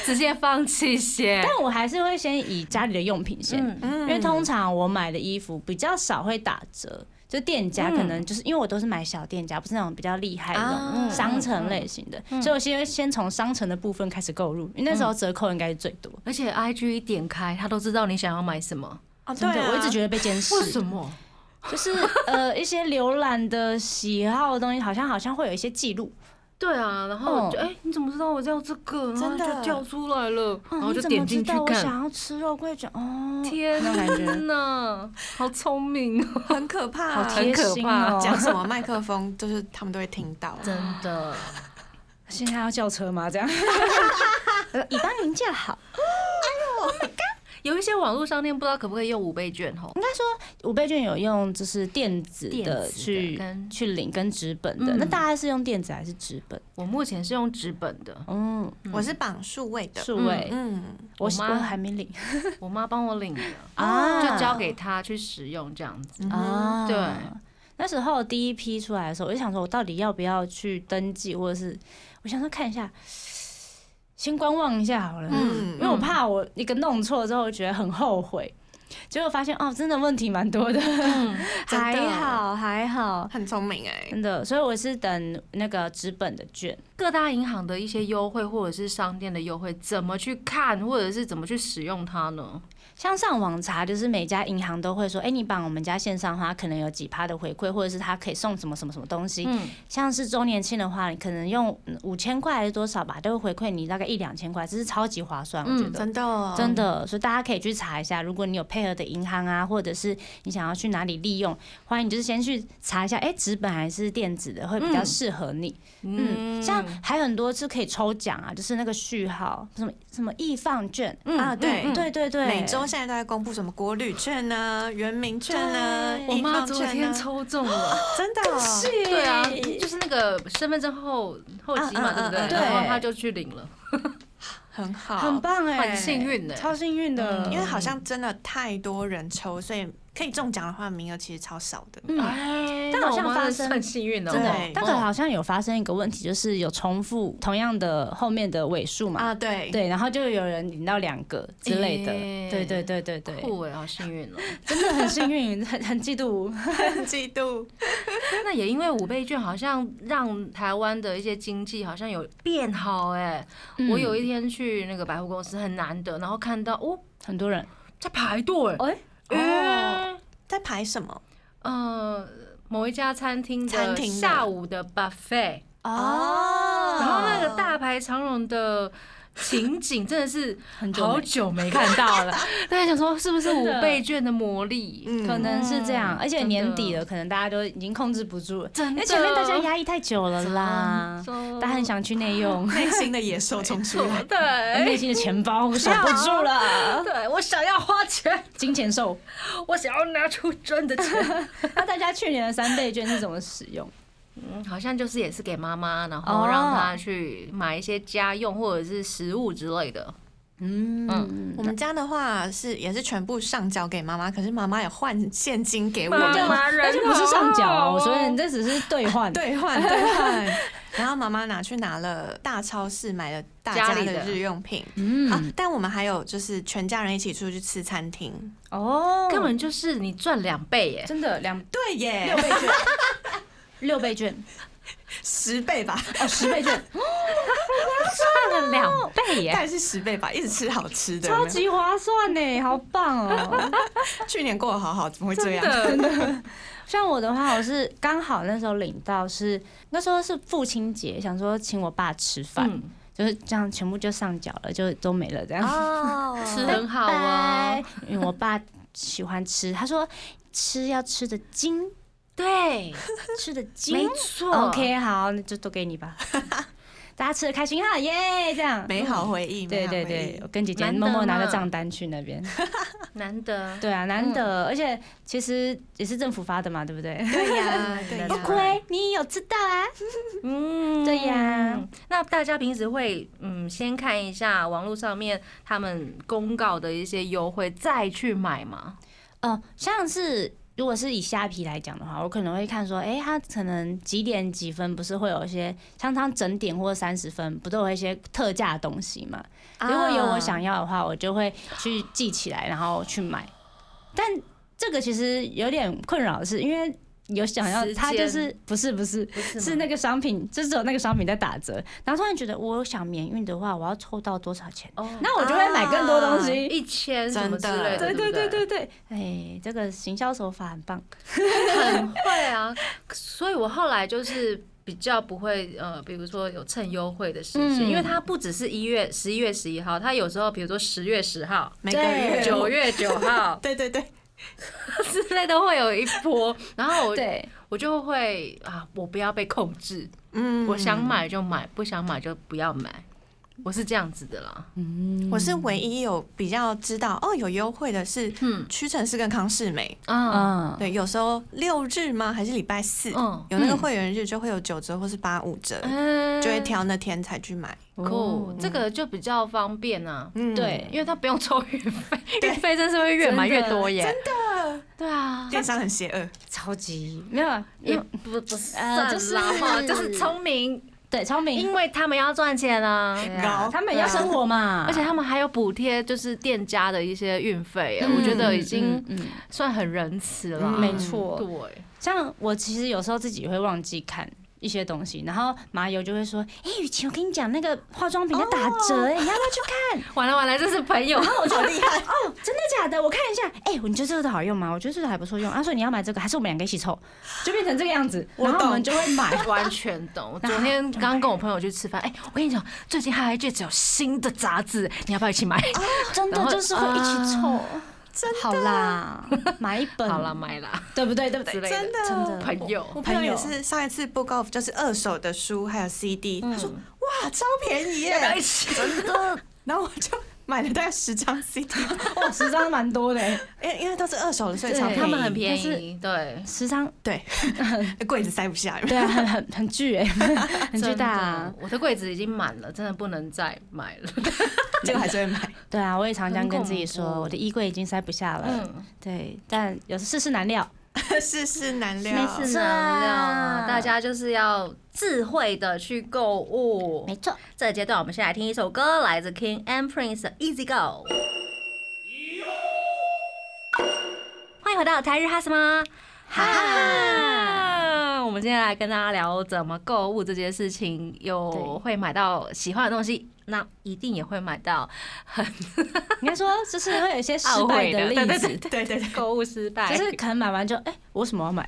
[SPEAKER 2] 直接放弃先。
[SPEAKER 5] [laughs] 但我还是会先以家里的用品先，
[SPEAKER 2] 嗯，
[SPEAKER 3] 嗯，
[SPEAKER 5] 因为通常我买的衣服比较少会打折，就店家可能就是因为我都是买小店家，不是那种比较厉害的那
[SPEAKER 3] 啊
[SPEAKER 5] 种商城类型的，所以我先先从商城的部分开始购入，因为那时候折扣应该是最多。
[SPEAKER 2] 而且 I G 一点开，他都知道你想要买什么。
[SPEAKER 3] 哦，对
[SPEAKER 5] 真的，
[SPEAKER 3] 啊，
[SPEAKER 5] 我一直觉得被监视，
[SPEAKER 2] 为什么？
[SPEAKER 5] 就是呃一些浏览的喜好的东西，好像好像会有一些记录，
[SPEAKER 2] 对啊，然后就
[SPEAKER 5] 哦
[SPEAKER 2] 哎、你怎么知道我要这个？然后
[SPEAKER 3] 真的
[SPEAKER 2] 就跳出来了，然
[SPEAKER 5] 嗯
[SPEAKER 2] 后
[SPEAKER 5] 你
[SPEAKER 2] 哦就
[SPEAKER 5] 怎
[SPEAKER 2] 点
[SPEAKER 5] 么
[SPEAKER 2] 进
[SPEAKER 5] 知
[SPEAKER 2] 去
[SPEAKER 5] 道我
[SPEAKER 2] 看。
[SPEAKER 5] 想要吃肉桂卷哦，
[SPEAKER 2] 天
[SPEAKER 5] 那种感觉
[SPEAKER 2] 呐，好聪明哦！
[SPEAKER 3] 很可怕、啊，
[SPEAKER 5] 好贴心哦。
[SPEAKER 3] 讲什么麦克风，就是他们都会听到。
[SPEAKER 2] 真的，
[SPEAKER 5] 现在要叫车吗？ [laughs] 这样，已帮您叫好。
[SPEAKER 2] 有一些网络商店不知道可不可以用五倍券哦。
[SPEAKER 5] 五倍券有用，就是电子
[SPEAKER 2] 电
[SPEAKER 5] 的
[SPEAKER 2] 子的
[SPEAKER 5] 去
[SPEAKER 2] 跟
[SPEAKER 5] 去领跟纸本的。
[SPEAKER 2] 嗯
[SPEAKER 5] 那大家是用电子还是纸本？
[SPEAKER 2] 我目前是用纸本的，
[SPEAKER 5] 嗯，
[SPEAKER 3] 我是绑数位的，
[SPEAKER 5] 数位。
[SPEAKER 3] 嗯，
[SPEAKER 5] 我
[SPEAKER 2] 我妈
[SPEAKER 5] 我还没领
[SPEAKER 2] 我妈帮我领的，
[SPEAKER 5] [laughs] 啊
[SPEAKER 2] 就交给她去使用这样子。
[SPEAKER 5] 啊。
[SPEAKER 2] 对，
[SPEAKER 5] 那时候第一批出来的时候，我就想说，我到底要不要去登记，或者是我想说看一下，先观望一下好了。
[SPEAKER 3] 嗯
[SPEAKER 5] 因为我怕我一个弄错之后，觉得很后悔。结果发现哦，真的问题蛮多的，嗯
[SPEAKER 3] 真的
[SPEAKER 5] 还好还好，
[SPEAKER 3] 很聪明哎、
[SPEAKER 5] 真的。所以我是等那个纸本的券。
[SPEAKER 2] 各大银行的一些优惠或者是商店的优惠，怎么去看或者是怎么去使用它呢？
[SPEAKER 5] 像上网查，就是每家银行都会说，哎、你绑我们家线上的话，可能有几趴的回馈，或者是它可以送什么什么什么东西。
[SPEAKER 2] 嗯，
[SPEAKER 5] 像是周年庆的话，你可能用五千块还是多少吧，都会回馈你大概一两千块，这是超级划算，我觉得。
[SPEAKER 3] 真的，
[SPEAKER 5] 真的，所以大家可以去查一下，如果你有配合的银行啊，或者是你想要去哪里利用，欢迎你就是先去查一下，哎、纸本还是电子的会比较
[SPEAKER 2] 嗯
[SPEAKER 5] 适合你。
[SPEAKER 2] 嗯
[SPEAKER 5] 嗯，像还有很多是可以抽奖啊，就是那个序号，什么什么易放券，
[SPEAKER 2] 嗯
[SPEAKER 3] 啊，对。
[SPEAKER 5] 对嗯对对，
[SPEAKER 3] 每周现在都在公布什么国旅券呢、原民券呢、
[SPEAKER 2] 我
[SPEAKER 3] 易
[SPEAKER 2] 妈
[SPEAKER 3] 放
[SPEAKER 2] 昨天
[SPEAKER 5] 啊
[SPEAKER 3] 券呢，
[SPEAKER 2] 抽中了。
[SPEAKER 3] [laughs] 真的哦，
[SPEAKER 2] 对啊，就是那个身份证后后期嘛，
[SPEAKER 3] 嗯嗯
[SPEAKER 2] 对不对？
[SPEAKER 3] 嗯
[SPEAKER 5] 对
[SPEAKER 2] 然后他就去领了，
[SPEAKER 3] 很好，
[SPEAKER 5] 很棒哎、
[SPEAKER 2] 很幸运呢。
[SPEAKER 5] 超幸运
[SPEAKER 2] 嗯
[SPEAKER 5] 的，
[SPEAKER 3] 嗯因为好像真的太多人抽，所以可以中奖的话，名额其实超少的。
[SPEAKER 5] 嗯
[SPEAKER 2] 哎
[SPEAKER 5] 但
[SPEAKER 2] 那
[SPEAKER 5] 好像
[SPEAKER 2] 我妈
[SPEAKER 5] 发生
[SPEAKER 2] 算幸运的哦，
[SPEAKER 3] 真的
[SPEAKER 2] 哦
[SPEAKER 5] 但可好像有发生一个问题，就是有重复同样的后面的尾数嘛，
[SPEAKER 3] 啊，对，
[SPEAKER 5] 对，然后就有人领到两个之类的，
[SPEAKER 2] 诶
[SPEAKER 5] 对对对对对，
[SPEAKER 2] 酷哎，好幸运哦。
[SPEAKER 5] 真的 [laughs] 很幸运，很很嫉妒，
[SPEAKER 3] [laughs] 很嫉妒，
[SPEAKER 2] [laughs] 那也因为五倍券好像让台湾的一些经济好像有变好哎。
[SPEAKER 5] 嗯
[SPEAKER 2] 我有一天去那个百货公司很难得，然后看到哦
[SPEAKER 5] 很多人
[SPEAKER 2] 在排队，
[SPEAKER 5] 哎
[SPEAKER 2] 哎，
[SPEAKER 3] 哦在排什么？
[SPEAKER 2] 呃某一家餐厅
[SPEAKER 3] 餐
[SPEAKER 2] 的
[SPEAKER 3] 厅的
[SPEAKER 2] 下午的 buffet。
[SPEAKER 3] 哦
[SPEAKER 2] 然后那个大排长龙的情景真的是
[SPEAKER 5] 很久没
[SPEAKER 2] 好久没看到了，大家想说是不是五倍券的魔力？
[SPEAKER 3] 嗯
[SPEAKER 5] 可能是这样，而且
[SPEAKER 2] 哦真的
[SPEAKER 5] 年底了，可能大家都已经控制不住了，
[SPEAKER 2] 真
[SPEAKER 5] 因
[SPEAKER 2] 的，
[SPEAKER 5] 为前面大家压抑太久了
[SPEAKER 2] [laughs]
[SPEAKER 5] 啦，
[SPEAKER 2] 真的
[SPEAKER 5] 大家很想去
[SPEAKER 2] [laughs]
[SPEAKER 5] 内用，
[SPEAKER 3] 内心的野兽冲
[SPEAKER 5] [laughs]
[SPEAKER 3] 出来，
[SPEAKER 5] 内
[SPEAKER 2] 对。
[SPEAKER 5] 心的钱包守不住了，
[SPEAKER 2] 对，我啊 [laughs] 想要花钱，
[SPEAKER 5] [laughs] 金钱兽。
[SPEAKER 2] 我想要拿出真的钱。
[SPEAKER 5] 那大家去年的三倍券是怎么使用？
[SPEAKER 2] [laughs] 嗯，好像就是也是给妈妈，然后
[SPEAKER 5] 哦
[SPEAKER 2] 让她去买一些家用或者是食物之类的。
[SPEAKER 5] 嗯，
[SPEAKER 3] 我们家的话是也是全部上交给妈妈，可是妈妈也换现金给我
[SPEAKER 2] 妈
[SPEAKER 3] 们
[SPEAKER 2] 妈人
[SPEAKER 5] 而且不是上缴
[SPEAKER 2] 好好
[SPEAKER 5] 哦，
[SPEAKER 2] 哦
[SPEAKER 5] 我昨天这只是兑换。
[SPEAKER 3] 兑换兑
[SPEAKER 5] [laughs]
[SPEAKER 3] 换，然后妈妈拿去拿了大超市买了大家
[SPEAKER 2] 家里
[SPEAKER 3] 的
[SPEAKER 2] 的
[SPEAKER 3] 日用品。啊
[SPEAKER 5] 嗯，，
[SPEAKER 3] 但我们还有就是全家人一起出去吃餐厅，
[SPEAKER 5] 哦，
[SPEAKER 2] 根本就是你赚两倍耶！
[SPEAKER 5] 真的两
[SPEAKER 3] 对
[SPEAKER 5] 六
[SPEAKER 3] 耶，
[SPEAKER 5] 倍券，六
[SPEAKER 2] [laughs]
[SPEAKER 5] 倍券
[SPEAKER 3] 十倍吧，
[SPEAKER 5] 哦，十倍券，
[SPEAKER 2] 赚了两倍
[SPEAKER 3] 大
[SPEAKER 2] 耶！
[SPEAKER 3] 概是十倍吧，一直吃好吃的。
[SPEAKER 5] 超级划算呢，好棒 [laughs] 哦！
[SPEAKER 3] 去年过得好好，怎么会这样？ [laughs]
[SPEAKER 2] 真的，
[SPEAKER 5] 像我的话，我是刚好那时候领到是那时候是父亲节，想说请我爸吃饭，
[SPEAKER 2] 嗯
[SPEAKER 5] 就是这样全部就上缴了，就都没了这样。
[SPEAKER 3] 哦，
[SPEAKER 2] 嗯吃很好啊。
[SPEAKER 5] 拜，因为我爸喜欢吃，他说吃要吃的精，
[SPEAKER 2] 对，
[SPEAKER 5] 吃的精
[SPEAKER 2] 没错 [laughs]
[SPEAKER 5] OK，好，那就都给你吧。大家吃的开心哈，耶！这样，
[SPEAKER 3] 美好回忆，
[SPEAKER 5] 对
[SPEAKER 3] 美好回
[SPEAKER 5] 对
[SPEAKER 3] 忆
[SPEAKER 5] 对，我跟姐姐
[SPEAKER 2] 难得
[SPEAKER 5] 默默拿着
[SPEAKER 2] 嘛
[SPEAKER 5] 账单去那
[SPEAKER 2] [laughs]
[SPEAKER 5] 边，
[SPEAKER 2] 难得。
[SPEAKER 5] 对啊，难
[SPEAKER 2] 嗯
[SPEAKER 5] 得，而且其实也是政府发的嘛，对
[SPEAKER 2] [laughs]
[SPEAKER 5] 不对？
[SPEAKER 3] 对呀
[SPEAKER 2] 嗯，
[SPEAKER 3] [laughs] 对呀，
[SPEAKER 2] 不亏
[SPEAKER 5] 亏你有吃到啊？
[SPEAKER 2] 嗯
[SPEAKER 5] 对呀。
[SPEAKER 2] 那大家平时会嗯先看一下网络上面他们公告的一些优惠，再去买吗？
[SPEAKER 1] 哦，
[SPEAKER 5] 呃像是如果是以虾皮来讲的话，我可能会看说，哎、它可能几点几分不是会有一些常常整点或三十分，不都有一些特价的东西嘛？
[SPEAKER 3] 啊
[SPEAKER 5] 如果有我想要的话，我就会去记起来，然后去买。但这个其实有点困扰的是，因为有想要
[SPEAKER 2] 时，
[SPEAKER 5] 它
[SPEAKER 2] 间
[SPEAKER 5] 就是不是不是。
[SPEAKER 2] 不是
[SPEAKER 5] 是那个商品，就是只有那个商品在打折，然后突然觉得我想免运的话，我要抽到多少钱？
[SPEAKER 2] 哦，
[SPEAKER 5] 那我就会买更多东
[SPEAKER 3] 啊
[SPEAKER 5] 西。
[SPEAKER 2] 一千什么之类的，
[SPEAKER 3] 真
[SPEAKER 5] 对
[SPEAKER 2] 对
[SPEAKER 5] 对
[SPEAKER 2] 不
[SPEAKER 5] 对对对，哎、这个行销手法很棒。
[SPEAKER 2] 很会啊，所以我后来就是比较不会呃，比如说有趁优惠的时间，
[SPEAKER 5] 嗯
[SPEAKER 2] 因为它不只是一月十一月十一号，它有时候比如说十月十号、
[SPEAKER 3] 每个月
[SPEAKER 5] 对
[SPEAKER 2] 九月九
[SPEAKER 3] [laughs]
[SPEAKER 2] 号
[SPEAKER 3] 对对对，
[SPEAKER 2] 之类的会有一波，然后我
[SPEAKER 5] 对，
[SPEAKER 2] 我就会啊，我不要被控制，
[SPEAKER 3] 嗯
[SPEAKER 2] 我想，买就买，不想买就不要买，我是这样子的啦。
[SPEAKER 5] 嗯
[SPEAKER 3] 我是唯一有比较知道哦，有优惠的是
[SPEAKER 2] 嗯
[SPEAKER 3] 屈臣氏跟康士美，
[SPEAKER 2] 啊，
[SPEAKER 5] 嗯，
[SPEAKER 3] 对，有时候六日吗？还是礼拜四？
[SPEAKER 2] 嗯
[SPEAKER 3] 有那个会员日就会有九折或是八五折，
[SPEAKER 2] 嗯
[SPEAKER 3] 就会挑那天才去买。
[SPEAKER 2] 酷，这个就比较方便啊。
[SPEAKER 3] 嗯，
[SPEAKER 5] 对
[SPEAKER 2] 因为它不用抽运费，
[SPEAKER 3] 对
[SPEAKER 2] 运费真是会越买越多耶。真的，对啊，
[SPEAKER 3] 电商很邪恶，
[SPEAKER 5] 超级没有啊，
[SPEAKER 2] 也
[SPEAKER 5] 因为
[SPEAKER 2] 不不是
[SPEAKER 5] 呃
[SPEAKER 2] 就
[SPEAKER 5] 就是嗯是
[SPEAKER 2] 就是聪明，
[SPEAKER 5] 对超明，
[SPEAKER 2] 因为他们要赚钱啊。
[SPEAKER 3] 高
[SPEAKER 5] 他们也要生活 [laughs] 嘛，
[SPEAKER 2] 而且他们还有补贴，就是店家的一些运费耶，
[SPEAKER 5] 嗯
[SPEAKER 2] 我觉得已经
[SPEAKER 5] 嗯嗯嗯
[SPEAKER 2] 算很仁慈了。
[SPEAKER 3] 嗯
[SPEAKER 5] 没错
[SPEAKER 2] 对，
[SPEAKER 5] 像我其实有时候自己会忘记看。一些东西，然后麻油就会说：“哎、雨晴，我跟你讲，那个化妆品在打折、哎、你要不要去 [laughs] 看？哦
[SPEAKER 2] 完了完了，这是朋友，
[SPEAKER 3] 好厉害！
[SPEAKER 5] 真的假的？我看一下。哎、你觉得这个好用吗？我觉得这个还不错用。他、啊说你要买这个，还是我们两个一起抽， [laughs] 就变成这个样子。
[SPEAKER 3] 我
[SPEAKER 5] 然后我们
[SPEAKER 3] 懂
[SPEAKER 5] 就会买，
[SPEAKER 2] [laughs] 完
[SPEAKER 3] [laughs]
[SPEAKER 2] 全懂。我昨天刚跟我朋友去吃饭，哎，我跟你讲，最近还有一只有新的杂志，你要不要一起买？
[SPEAKER 5] [laughs] 真
[SPEAKER 2] 然
[SPEAKER 5] 的
[SPEAKER 2] 后
[SPEAKER 5] 就是会一起抽。
[SPEAKER 3] 真的
[SPEAKER 5] 好啦，啊 [laughs] 买一本
[SPEAKER 2] 好了，买啦
[SPEAKER 5] 对不对？对不对
[SPEAKER 2] 之？类
[SPEAKER 3] 真
[SPEAKER 2] 的。
[SPEAKER 3] 的，
[SPEAKER 5] 真的
[SPEAKER 2] 朋友，
[SPEAKER 3] 我朋友
[SPEAKER 5] 朋友
[SPEAKER 3] 也是上一次 book off 就是二手的书还有 CD，、他说哇超便宜
[SPEAKER 2] [laughs] 要不要一
[SPEAKER 3] 耶，
[SPEAKER 2] 起？
[SPEAKER 3] 然后我就买了大概十张 CD，
[SPEAKER 5] 哇，哦十张蛮多
[SPEAKER 2] [laughs]
[SPEAKER 5] 的、欸，
[SPEAKER 3] [laughs] 因为因为都是二手的，所以
[SPEAKER 5] 对
[SPEAKER 3] 超
[SPEAKER 2] 他们
[SPEAKER 3] 宜
[SPEAKER 2] 很便
[SPEAKER 5] 但是
[SPEAKER 2] 宜，对，
[SPEAKER 5] 十张
[SPEAKER 3] [laughs] 柜子塞不下。
[SPEAKER 5] 对啊，很很 [laughs] 很巨哎、很巨大、啊
[SPEAKER 2] 真。的。我的柜子已经满了，真的不能再买了。
[SPEAKER 3] [laughs] 结果还是会买。
[SPEAKER 5] 对啊，我也常这样跟自己
[SPEAKER 2] 很恐
[SPEAKER 5] 说，
[SPEAKER 2] 怖
[SPEAKER 5] 我的衣柜已经塞不下了。
[SPEAKER 2] 嗯，
[SPEAKER 5] 对，但有时世事难料。
[SPEAKER 3] 世事难料，
[SPEAKER 5] 没事
[SPEAKER 2] 是啊，
[SPEAKER 5] 是啊
[SPEAKER 2] 大家就是要智慧的去购物。
[SPEAKER 1] 没错，
[SPEAKER 2] 这个阶段，我们先来听一首歌，来自 King and Prince 的《Easy Go》。欢迎回到台日哈什么？哈！我们今天来跟大家聊怎么购物这件事情，有
[SPEAKER 5] 对
[SPEAKER 2] 会买到喜欢的东西，那一定也会买到
[SPEAKER 5] 应该说，就是会有一些失败的例
[SPEAKER 2] 懊悔的对对
[SPEAKER 5] 子，
[SPEAKER 2] 对
[SPEAKER 3] 对对对，
[SPEAKER 2] 购物失败，
[SPEAKER 5] 就是可能买完就哎、我为什么要买？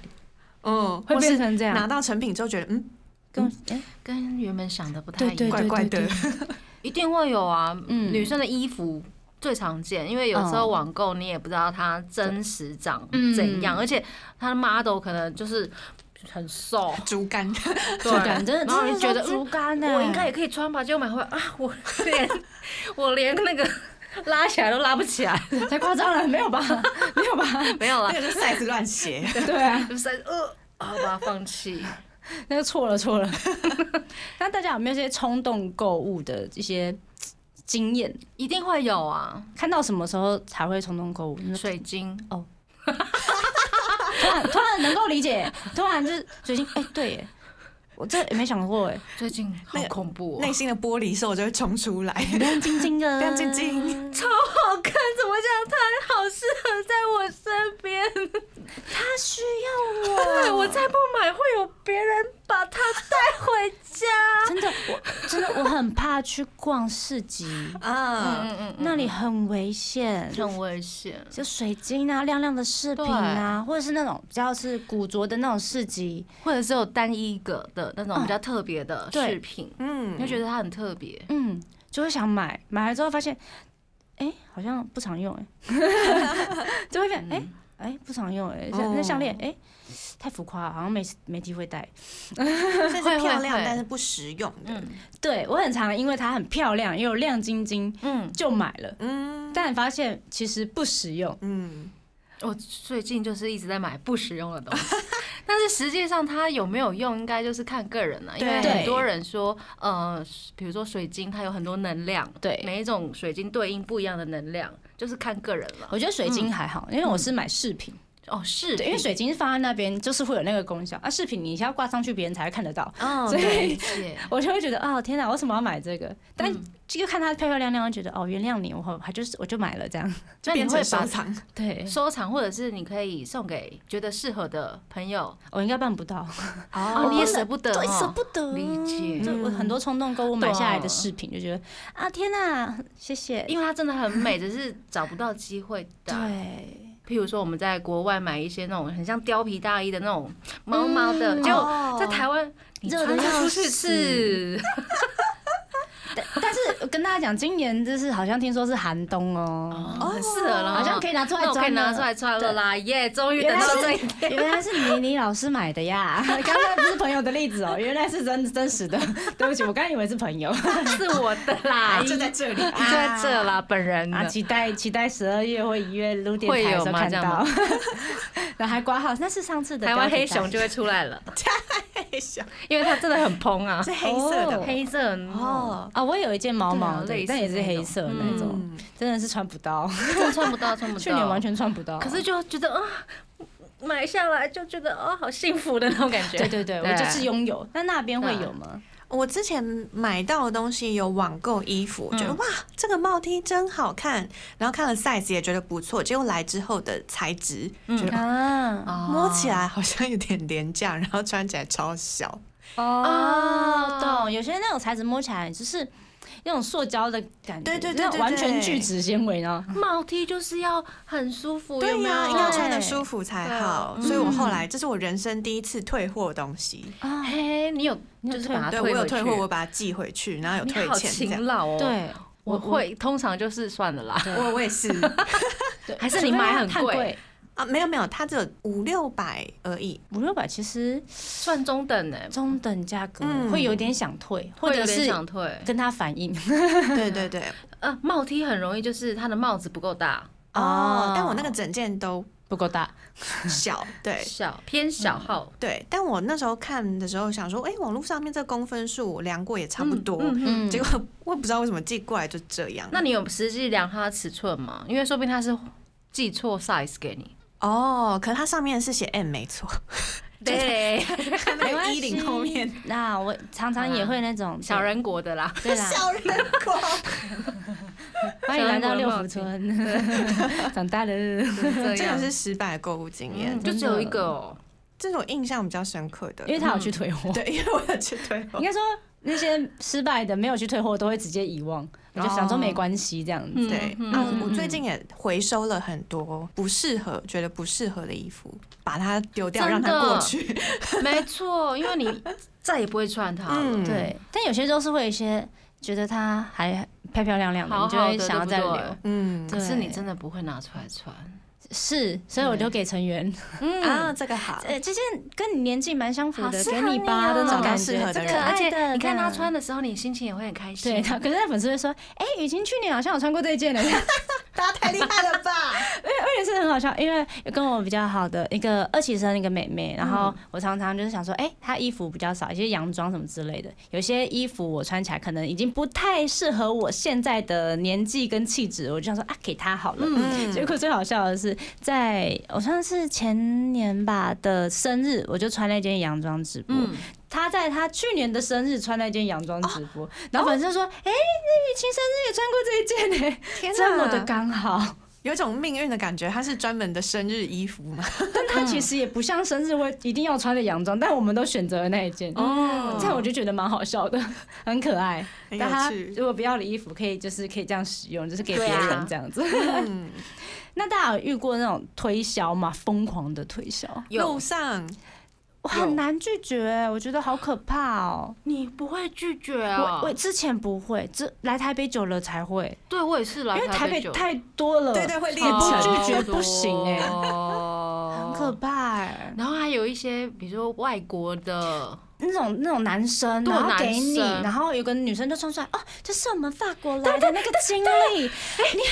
[SPEAKER 3] 嗯，
[SPEAKER 5] 会
[SPEAKER 3] 或是
[SPEAKER 5] 变成这样
[SPEAKER 3] 拿到成品之后觉得，嗯，
[SPEAKER 5] 跟哎、
[SPEAKER 2] 跟原本想的不太
[SPEAKER 5] 对
[SPEAKER 2] 一
[SPEAKER 5] 对
[SPEAKER 2] 样，
[SPEAKER 3] 怪
[SPEAKER 5] 对
[SPEAKER 3] 怪
[SPEAKER 5] 对
[SPEAKER 3] 的
[SPEAKER 5] 对，
[SPEAKER 3] [laughs]
[SPEAKER 2] 一定会有啊。
[SPEAKER 5] 嗯
[SPEAKER 2] 女生的衣服最常见，因为有时候
[SPEAKER 5] 嗯
[SPEAKER 2] 网购你也不知道它真实长
[SPEAKER 5] 嗯
[SPEAKER 2] 怎样，而且它的 model 可能就是很瘦，
[SPEAKER 3] 猪肝，
[SPEAKER 2] 对
[SPEAKER 5] 就感觉
[SPEAKER 2] 然后你觉得
[SPEAKER 5] 竹
[SPEAKER 2] 嗯，
[SPEAKER 5] 竿欸呢、
[SPEAKER 2] 我应该也可以穿吧，结果买回来啊，我连我连那个拉起来都拉不起来，
[SPEAKER 5] 太夸张了，
[SPEAKER 2] [laughs]
[SPEAKER 5] 没有吧？没有吧？
[SPEAKER 2] 没有啦
[SPEAKER 3] 那，个是 size 乱写，
[SPEAKER 5] 对啊，
[SPEAKER 2] 就是呃，好把它放弃。
[SPEAKER 5] 那就错了错了。 [laughs] 那大家有没有一些冲动购物的一些经验？
[SPEAKER 2] 一定会有啊，
[SPEAKER 5] 看到什么时候才会冲动购物？你们 [laughs]
[SPEAKER 2] 水晶
[SPEAKER 5] 突然突然能够理解，突然就是最近哎、对耶，我这也没想过哎，
[SPEAKER 2] 最近好
[SPEAKER 3] 那个
[SPEAKER 2] 恐怖哦，
[SPEAKER 3] 内心的玻璃兽就会冲出来，
[SPEAKER 5] 亮晶晶的，
[SPEAKER 3] 亮晶
[SPEAKER 5] [laughs]
[SPEAKER 3] 晶，
[SPEAKER 2] 啊超好看，怎么讲？它好适合在我身边，
[SPEAKER 5] 他需要
[SPEAKER 2] [laughs]
[SPEAKER 5] 我，
[SPEAKER 2] 对我再不买会有别人把它带回家。
[SPEAKER 5] 真的我真的我很怕去逛市集，
[SPEAKER 3] 啊，
[SPEAKER 2] 嗯
[SPEAKER 5] 那里很危险。
[SPEAKER 2] 很危险，
[SPEAKER 5] 就水晶啊，亮亮的饰品啊，或者是那种比较是古着的那种市集，
[SPEAKER 2] 或者是有单一个的那种比较特别的
[SPEAKER 5] 对
[SPEAKER 2] 饰品，你
[SPEAKER 3] 嗯
[SPEAKER 2] 会，觉得它很特别。
[SPEAKER 5] 嗯，就会想买，
[SPEAKER 2] [laughs] 嗯
[SPEAKER 5] [laughs] 买了之后发现，哎、好像不常用、哎，就会变哎、哎、不常用哎、
[SPEAKER 3] 哦
[SPEAKER 5] 像那项链哎、太浮夸了，好像没没机会戴。
[SPEAKER 3] 这是
[SPEAKER 2] 会会
[SPEAKER 3] 漂亮
[SPEAKER 2] 会
[SPEAKER 3] 但是不实用的。
[SPEAKER 2] 嗯
[SPEAKER 5] 对我很常因为它很漂亮又亮晶晶
[SPEAKER 2] 嗯，
[SPEAKER 5] 就买了，
[SPEAKER 3] 嗯
[SPEAKER 5] 但发现其实不实用。
[SPEAKER 3] 嗯，
[SPEAKER 2] 我最近就是一直在买不实用的东西， [laughs] 但是实际上它有没有用，应该就是看个人了、因为
[SPEAKER 3] 对
[SPEAKER 2] 很多人说，呃，比如说水晶，它有很多能量，
[SPEAKER 5] 对
[SPEAKER 2] 每一种水晶对应不一样的能量，就是看个人了。
[SPEAKER 5] 我觉得水晶还好，因为我是买饰品，
[SPEAKER 2] 哦，是，
[SPEAKER 5] 对，因为水晶放在那边就是会有那个功效啊，饰品你要挂上去别人才会看得到，
[SPEAKER 3] 哦，
[SPEAKER 5] 所以
[SPEAKER 3] 对，
[SPEAKER 2] 理解，
[SPEAKER 5] [laughs] 我就会觉得哦天哪，为什么要买这个？但
[SPEAKER 2] 嗯
[SPEAKER 5] 就看它漂漂亮亮，就觉得哦原谅你，我还就是我就买了这样。
[SPEAKER 2] 那你
[SPEAKER 3] 变
[SPEAKER 2] 会
[SPEAKER 3] 成收
[SPEAKER 2] 把
[SPEAKER 3] 藏。
[SPEAKER 5] 对，
[SPEAKER 2] 收藏，或者是你可以送给觉得适合的朋友
[SPEAKER 5] [laughs] 我应该办不到，
[SPEAKER 3] [laughs]
[SPEAKER 2] 哦，你也舍不得
[SPEAKER 5] [laughs]
[SPEAKER 1] 对，舍
[SPEAKER 2] 哦，
[SPEAKER 1] 不得，
[SPEAKER 2] 理解
[SPEAKER 5] 就我很多冲动购物买下来的饰品，就觉得啊天哪，谢谢。
[SPEAKER 2] 因为它真的很美，只是找不到机
[SPEAKER 5] [laughs]
[SPEAKER 2] 会的。啊
[SPEAKER 5] 对，
[SPEAKER 2] 譬如说我们在国外买一些那种很像貂皮大衣的那种毛毛的，
[SPEAKER 5] 嗯
[SPEAKER 2] 结果
[SPEAKER 3] 哦
[SPEAKER 2] 在台湾你
[SPEAKER 5] 热得
[SPEAKER 2] 穿
[SPEAKER 5] 要
[SPEAKER 2] 出去是，
[SPEAKER 5] 但是我跟大家讲，今年就是好像听说是寒冬哦，
[SPEAKER 2] 哦，很适合了，
[SPEAKER 5] 好像可以拿出来
[SPEAKER 2] 那我可以
[SPEAKER 5] 穿了
[SPEAKER 2] 拿出来穿了
[SPEAKER 5] 对
[SPEAKER 2] 啦，耶！终于等到这一天，
[SPEAKER 5] 原来是倪妮老师买的
[SPEAKER 2] [laughs]
[SPEAKER 5] 呀！刚才不是朋友的例子哦，原来是真真实的。对不起，我刚以为是朋友。
[SPEAKER 2] 是我的啦，
[SPEAKER 3] 就在
[SPEAKER 2] [laughs]
[SPEAKER 3] 这里，
[SPEAKER 2] 就在这啦，本人
[SPEAKER 5] [laughs] 啊，
[SPEAKER 2] 的。
[SPEAKER 5] 期待期待十二月或一月录电台的时候看
[SPEAKER 2] 会有吗
[SPEAKER 5] 到， [laughs] 然后还挂号，那是上次的
[SPEAKER 2] 台湾黑
[SPEAKER 5] 标
[SPEAKER 2] 熊
[SPEAKER 5] 题
[SPEAKER 2] 就会出来
[SPEAKER 5] [laughs]
[SPEAKER 2] 了，
[SPEAKER 3] 黑色
[SPEAKER 2] 因为它真的很蓬啊，
[SPEAKER 3] 是黑色的
[SPEAKER 5] 哦
[SPEAKER 2] 黑色很
[SPEAKER 3] 哦，
[SPEAKER 5] 啊，我有一件毛毛
[SPEAKER 2] 对啊类
[SPEAKER 5] 的
[SPEAKER 2] 似，
[SPEAKER 5] 但也是黑色的那种，
[SPEAKER 3] 嗯
[SPEAKER 5] 真的是穿不到，
[SPEAKER 2] 真的嗯穿不到，穿不到。
[SPEAKER 5] 去年完全穿不到。
[SPEAKER 3] 哦
[SPEAKER 2] 可是就觉得啊，买下来就觉得哦，好幸福的那种感觉。
[SPEAKER 5] [laughs] 对对对，我就是拥有，那那边会有吗？
[SPEAKER 3] 我之前买到的东西有网购衣服，我觉得
[SPEAKER 2] 嗯
[SPEAKER 3] 哇，这个帽 T 真好看，然后看了 size 也觉得不错，结果来之后的材质，
[SPEAKER 2] 嗯
[SPEAKER 3] 觉得
[SPEAKER 5] 啊
[SPEAKER 2] 啊
[SPEAKER 3] 摸起来好像有点廉价，然后穿起来超小。
[SPEAKER 5] 哦，懂。有些那种材质摸起来就是那种塑胶的感觉，
[SPEAKER 3] 对对对对
[SPEAKER 5] 那种完全
[SPEAKER 3] 对
[SPEAKER 5] 聚酯纤维呢。
[SPEAKER 2] 毛 T 就是要很舒服，
[SPEAKER 3] 对
[SPEAKER 2] 有没
[SPEAKER 3] 呀、
[SPEAKER 2] 有？
[SPEAKER 3] 应该要穿的舒服才好。
[SPEAKER 2] 对嗯
[SPEAKER 3] 所以我后来，这是我人生第一次退货的东西。
[SPEAKER 5] 啊，
[SPEAKER 2] 哎嘿，你有就是把它退
[SPEAKER 3] 对我
[SPEAKER 2] 回去
[SPEAKER 3] 有退货，我把它寄回去，然后有
[SPEAKER 2] 你
[SPEAKER 3] 退
[SPEAKER 2] 好
[SPEAKER 3] 钱这
[SPEAKER 2] 勤
[SPEAKER 3] 样。
[SPEAKER 2] 劳哦。，
[SPEAKER 5] 对，
[SPEAKER 2] 我会通常就是算了
[SPEAKER 3] [laughs]
[SPEAKER 2] 啦。
[SPEAKER 3] 我我
[SPEAKER 2] [laughs]
[SPEAKER 3] 也是
[SPEAKER 5] 对
[SPEAKER 2] 还是
[SPEAKER 5] 除
[SPEAKER 2] 你
[SPEAKER 5] 非
[SPEAKER 2] 买
[SPEAKER 5] 它
[SPEAKER 2] 很
[SPEAKER 5] 太
[SPEAKER 2] 贵
[SPEAKER 5] 贵，
[SPEAKER 3] 啊，没有没有，它只有五六百而已。
[SPEAKER 5] 五六百其实
[SPEAKER 2] 算中等
[SPEAKER 3] 欸
[SPEAKER 2] 呢、
[SPEAKER 5] 中等价格
[SPEAKER 3] 嗯
[SPEAKER 5] 会有点想退，或
[SPEAKER 2] 会有
[SPEAKER 5] 者
[SPEAKER 2] 点
[SPEAKER 5] 是
[SPEAKER 2] 想退。
[SPEAKER 5] 跟他反映。
[SPEAKER 3] 对对对，
[SPEAKER 2] 呃，帽 T 很容易就是它的帽子不够大，
[SPEAKER 3] 哦
[SPEAKER 5] 哦，
[SPEAKER 3] 但我那个整件都
[SPEAKER 5] [laughs] 不够大，
[SPEAKER 2] [laughs]
[SPEAKER 3] 小，对嗯
[SPEAKER 2] 小偏小号，
[SPEAKER 3] 对。但我那时候看的时候想说，哎、网络上面这公分数我量过也差不多，
[SPEAKER 2] 嗯嗯
[SPEAKER 5] 嗯， [laughs]
[SPEAKER 3] 结果我也不知道为什么寄过来就这样。
[SPEAKER 2] 那你有实际量它的尺寸吗？因为说不定它是记错 size 给你。
[SPEAKER 3] 哦，可它上面是写 M 没
[SPEAKER 2] [laughs]
[SPEAKER 3] 错，
[SPEAKER 2] 对，
[SPEAKER 3] 看那个衣领后面。
[SPEAKER 5] 那我常常也会那种
[SPEAKER 2] 小，人国的
[SPEAKER 3] [laughs]
[SPEAKER 2] 啦。
[SPEAKER 5] 对对啦，
[SPEAKER 3] 人
[SPEAKER 2] 嗯
[SPEAKER 3] 国，
[SPEAKER 5] 欢迎来到
[SPEAKER 2] 小人
[SPEAKER 5] 六
[SPEAKER 2] 国
[SPEAKER 5] 福村， [laughs] 长大了，
[SPEAKER 2] 这
[SPEAKER 3] 这个
[SPEAKER 2] 样
[SPEAKER 3] 是失败的购物经验
[SPEAKER 2] 嗯，就只有一个哦。
[SPEAKER 3] 这是我印象比较深刻的
[SPEAKER 5] 因。为他有去退货，
[SPEAKER 3] 对， [laughs] 因为我有去退货
[SPEAKER 5] [laughs] 应。该说那些失败的没有去退货都会直接遗忘，我就想说没关系这样子。
[SPEAKER 3] 对
[SPEAKER 2] 嗯
[SPEAKER 3] 啊
[SPEAKER 2] 嗯，
[SPEAKER 3] 我最近也回收了很多不适合、觉得不适合的衣服，把它丢掉，让
[SPEAKER 2] 真的
[SPEAKER 3] 它过去。
[SPEAKER 2] [laughs] 没错，因为你再也不会穿它了。
[SPEAKER 3] 嗯，
[SPEAKER 5] 对，但有些都是会有一些觉得它还漂漂亮亮的，
[SPEAKER 2] 好
[SPEAKER 5] 你就
[SPEAKER 2] 好的
[SPEAKER 5] 会想要再
[SPEAKER 2] 对不对
[SPEAKER 5] 留。
[SPEAKER 3] 嗯
[SPEAKER 2] 可是你
[SPEAKER 5] 对
[SPEAKER 2] 真的不会拿出来穿。嗯
[SPEAKER 5] 是，所以我就给成员，
[SPEAKER 3] 啊，这个好，
[SPEAKER 5] 呃，这件跟你年纪蛮相符
[SPEAKER 2] 好
[SPEAKER 5] 的，
[SPEAKER 2] 适合
[SPEAKER 5] 给你吧
[SPEAKER 2] 你哦
[SPEAKER 5] 的那种感
[SPEAKER 3] 适合的
[SPEAKER 5] 觉，这
[SPEAKER 3] 人
[SPEAKER 5] 可
[SPEAKER 2] 而
[SPEAKER 5] 爱
[SPEAKER 2] 且
[SPEAKER 5] 的。
[SPEAKER 2] 你看
[SPEAKER 5] 这
[SPEAKER 2] 他
[SPEAKER 5] 样
[SPEAKER 2] 穿的时候，你心情也会很开心。
[SPEAKER 5] 对，他可是他粉丝会说，哎、雨晴去年好像有穿过这一件的，而且
[SPEAKER 3] 大家太厉害了吧？
[SPEAKER 5] 是很好笑，因为跟我比较好的一个二期生一个妹妹，然
[SPEAKER 3] 嗯
[SPEAKER 5] 后我常常就是想说，哎、她衣服比较少，一些洋装什么之类的，有些衣服我穿起来可能已经不太适合我现在的年纪跟气质，我就想说啊，给她好了。
[SPEAKER 3] 嗯
[SPEAKER 5] 结果最好笑的是，在好像是前年吧的生日，我就穿了一件洋装直播，
[SPEAKER 2] 嗯，
[SPEAKER 5] 他在他去年的生日穿那件洋装直
[SPEAKER 3] 哦
[SPEAKER 5] 播，然后粉丝就说：“哎、那雨晴生日也穿过这一件呢、
[SPEAKER 3] 天
[SPEAKER 5] 这么的
[SPEAKER 3] 哪，
[SPEAKER 5] 刚好。
[SPEAKER 3] [laughs] 有一种命运的感觉，它是专门的生日衣服嘛？”
[SPEAKER 5] 但他其实也不像生日会一定要穿的洋装，但我们都选择了那一件，
[SPEAKER 3] [laughs] 哦
[SPEAKER 5] 这样我就觉得蛮好笑的，很可爱。
[SPEAKER 3] 很有
[SPEAKER 5] 但他
[SPEAKER 3] 趣
[SPEAKER 5] 如果不要的衣服，可以就是可以这样使用，就是给
[SPEAKER 2] 对
[SPEAKER 5] 别
[SPEAKER 2] 啊
[SPEAKER 5] 人这样子。
[SPEAKER 3] [laughs] 嗯，
[SPEAKER 5] 那大家有遇过那种推销吗？疯狂的推销，
[SPEAKER 3] 路
[SPEAKER 2] 有
[SPEAKER 3] 上
[SPEAKER 5] 我很难拒绝，欸我觉得好可怕哦。
[SPEAKER 2] 你不会拒绝啊
[SPEAKER 5] 我？我之前不会，这来台北久了才会。
[SPEAKER 3] 啊
[SPEAKER 2] 对我也是来
[SPEAKER 5] 因为台北
[SPEAKER 2] 久
[SPEAKER 3] 呃
[SPEAKER 5] 太多了，
[SPEAKER 3] 对对会列
[SPEAKER 5] 你不
[SPEAKER 3] 成
[SPEAKER 5] 拒绝不行哎、
[SPEAKER 2] 哦
[SPEAKER 5] [laughs] 可怕哎、
[SPEAKER 2] 然后还有一些，比如说外国的，
[SPEAKER 5] 那种那种男生，
[SPEAKER 2] 对
[SPEAKER 5] 然后给你，
[SPEAKER 2] 男生
[SPEAKER 5] 然后有个女生就冲出来，哦，这是我们法国来的那个经理，你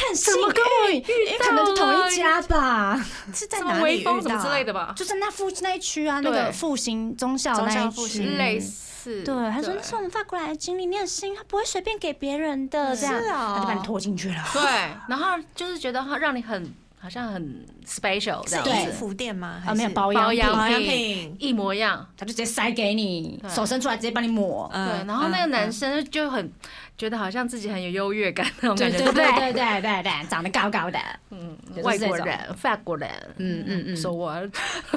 [SPEAKER 5] 很幸
[SPEAKER 2] 怎么跟
[SPEAKER 5] 运，因为可能就同一家吧，
[SPEAKER 3] 是在
[SPEAKER 2] 什
[SPEAKER 3] 哪
[SPEAKER 2] 么
[SPEAKER 3] 里
[SPEAKER 2] 微
[SPEAKER 3] 遇到
[SPEAKER 2] 风
[SPEAKER 3] 啊
[SPEAKER 2] 什么之类的吧，
[SPEAKER 5] 就是那附那一区啊，那
[SPEAKER 2] 对
[SPEAKER 5] 个复兴中校
[SPEAKER 3] 中
[SPEAKER 5] 那
[SPEAKER 3] 校
[SPEAKER 5] 一
[SPEAKER 3] 复
[SPEAKER 5] 区嗯
[SPEAKER 3] 兴
[SPEAKER 2] 类似。
[SPEAKER 5] 对，他说那是我们法国来的经理，你很幸运，他不会随便
[SPEAKER 1] 哎
[SPEAKER 5] 给别人的这样，
[SPEAKER 3] 是啊
[SPEAKER 5] 他就把你拖进去了。
[SPEAKER 2] 对，然后就是觉得它让你很好像很 special 这
[SPEAKER 3] 是
[SPEAKER 2] 样
[SPEAKER 3] 衣
[SPEAKER 2] 子，
[SPEAKER 3] 服店吗？
[SPEAKER 5] 啊，没有
[SPEAKER 3] 包
[SPEAKER 2] 保
[SPEAKER 5] 保养品，
[SPEAKER 2] 养
[SPEAKER 3] 保养
[SPEAKER 2] 品
[SPEAKER 3] 品。
[SPEAKER 2] 一模一样。
[SPEAKER 5] 他就直接塞给你，
[SPEAKER 2] 对
[SPEAKER 5] 手伸出来直接帮你抹。
[SPEAKER 2] 对，
[SPEAKER 3] 嗯
[SPEAKER 2] 然后那个
[SPEAKER 3] 嗯
[SPEAKER 2] 男
[SPEAKER 3] 嗯
[SPEAKER 2] 生就很觉得好像自己很有优越感那种
[SPEAKER 5] 对
[SPEAKER 2] 感觉，对
[SPEAKER 5] 对对
[SPEAKER 2] 不对？
[SPEAKER 5] 对对对对，长得高高的，
[SPEAKER 2] 嗯
[SPEAKER 5] 就，是
[SPEAKER 2] 外
[SPEAKER 5] 这
[SPEAKER 2] 国
[SPEAKER 5] 种
[SPEAKER 2] 人、法国人，
[SPEAKER 5] 嗯嗯嗯，
[SPEAKER 2] 说我 [laughs]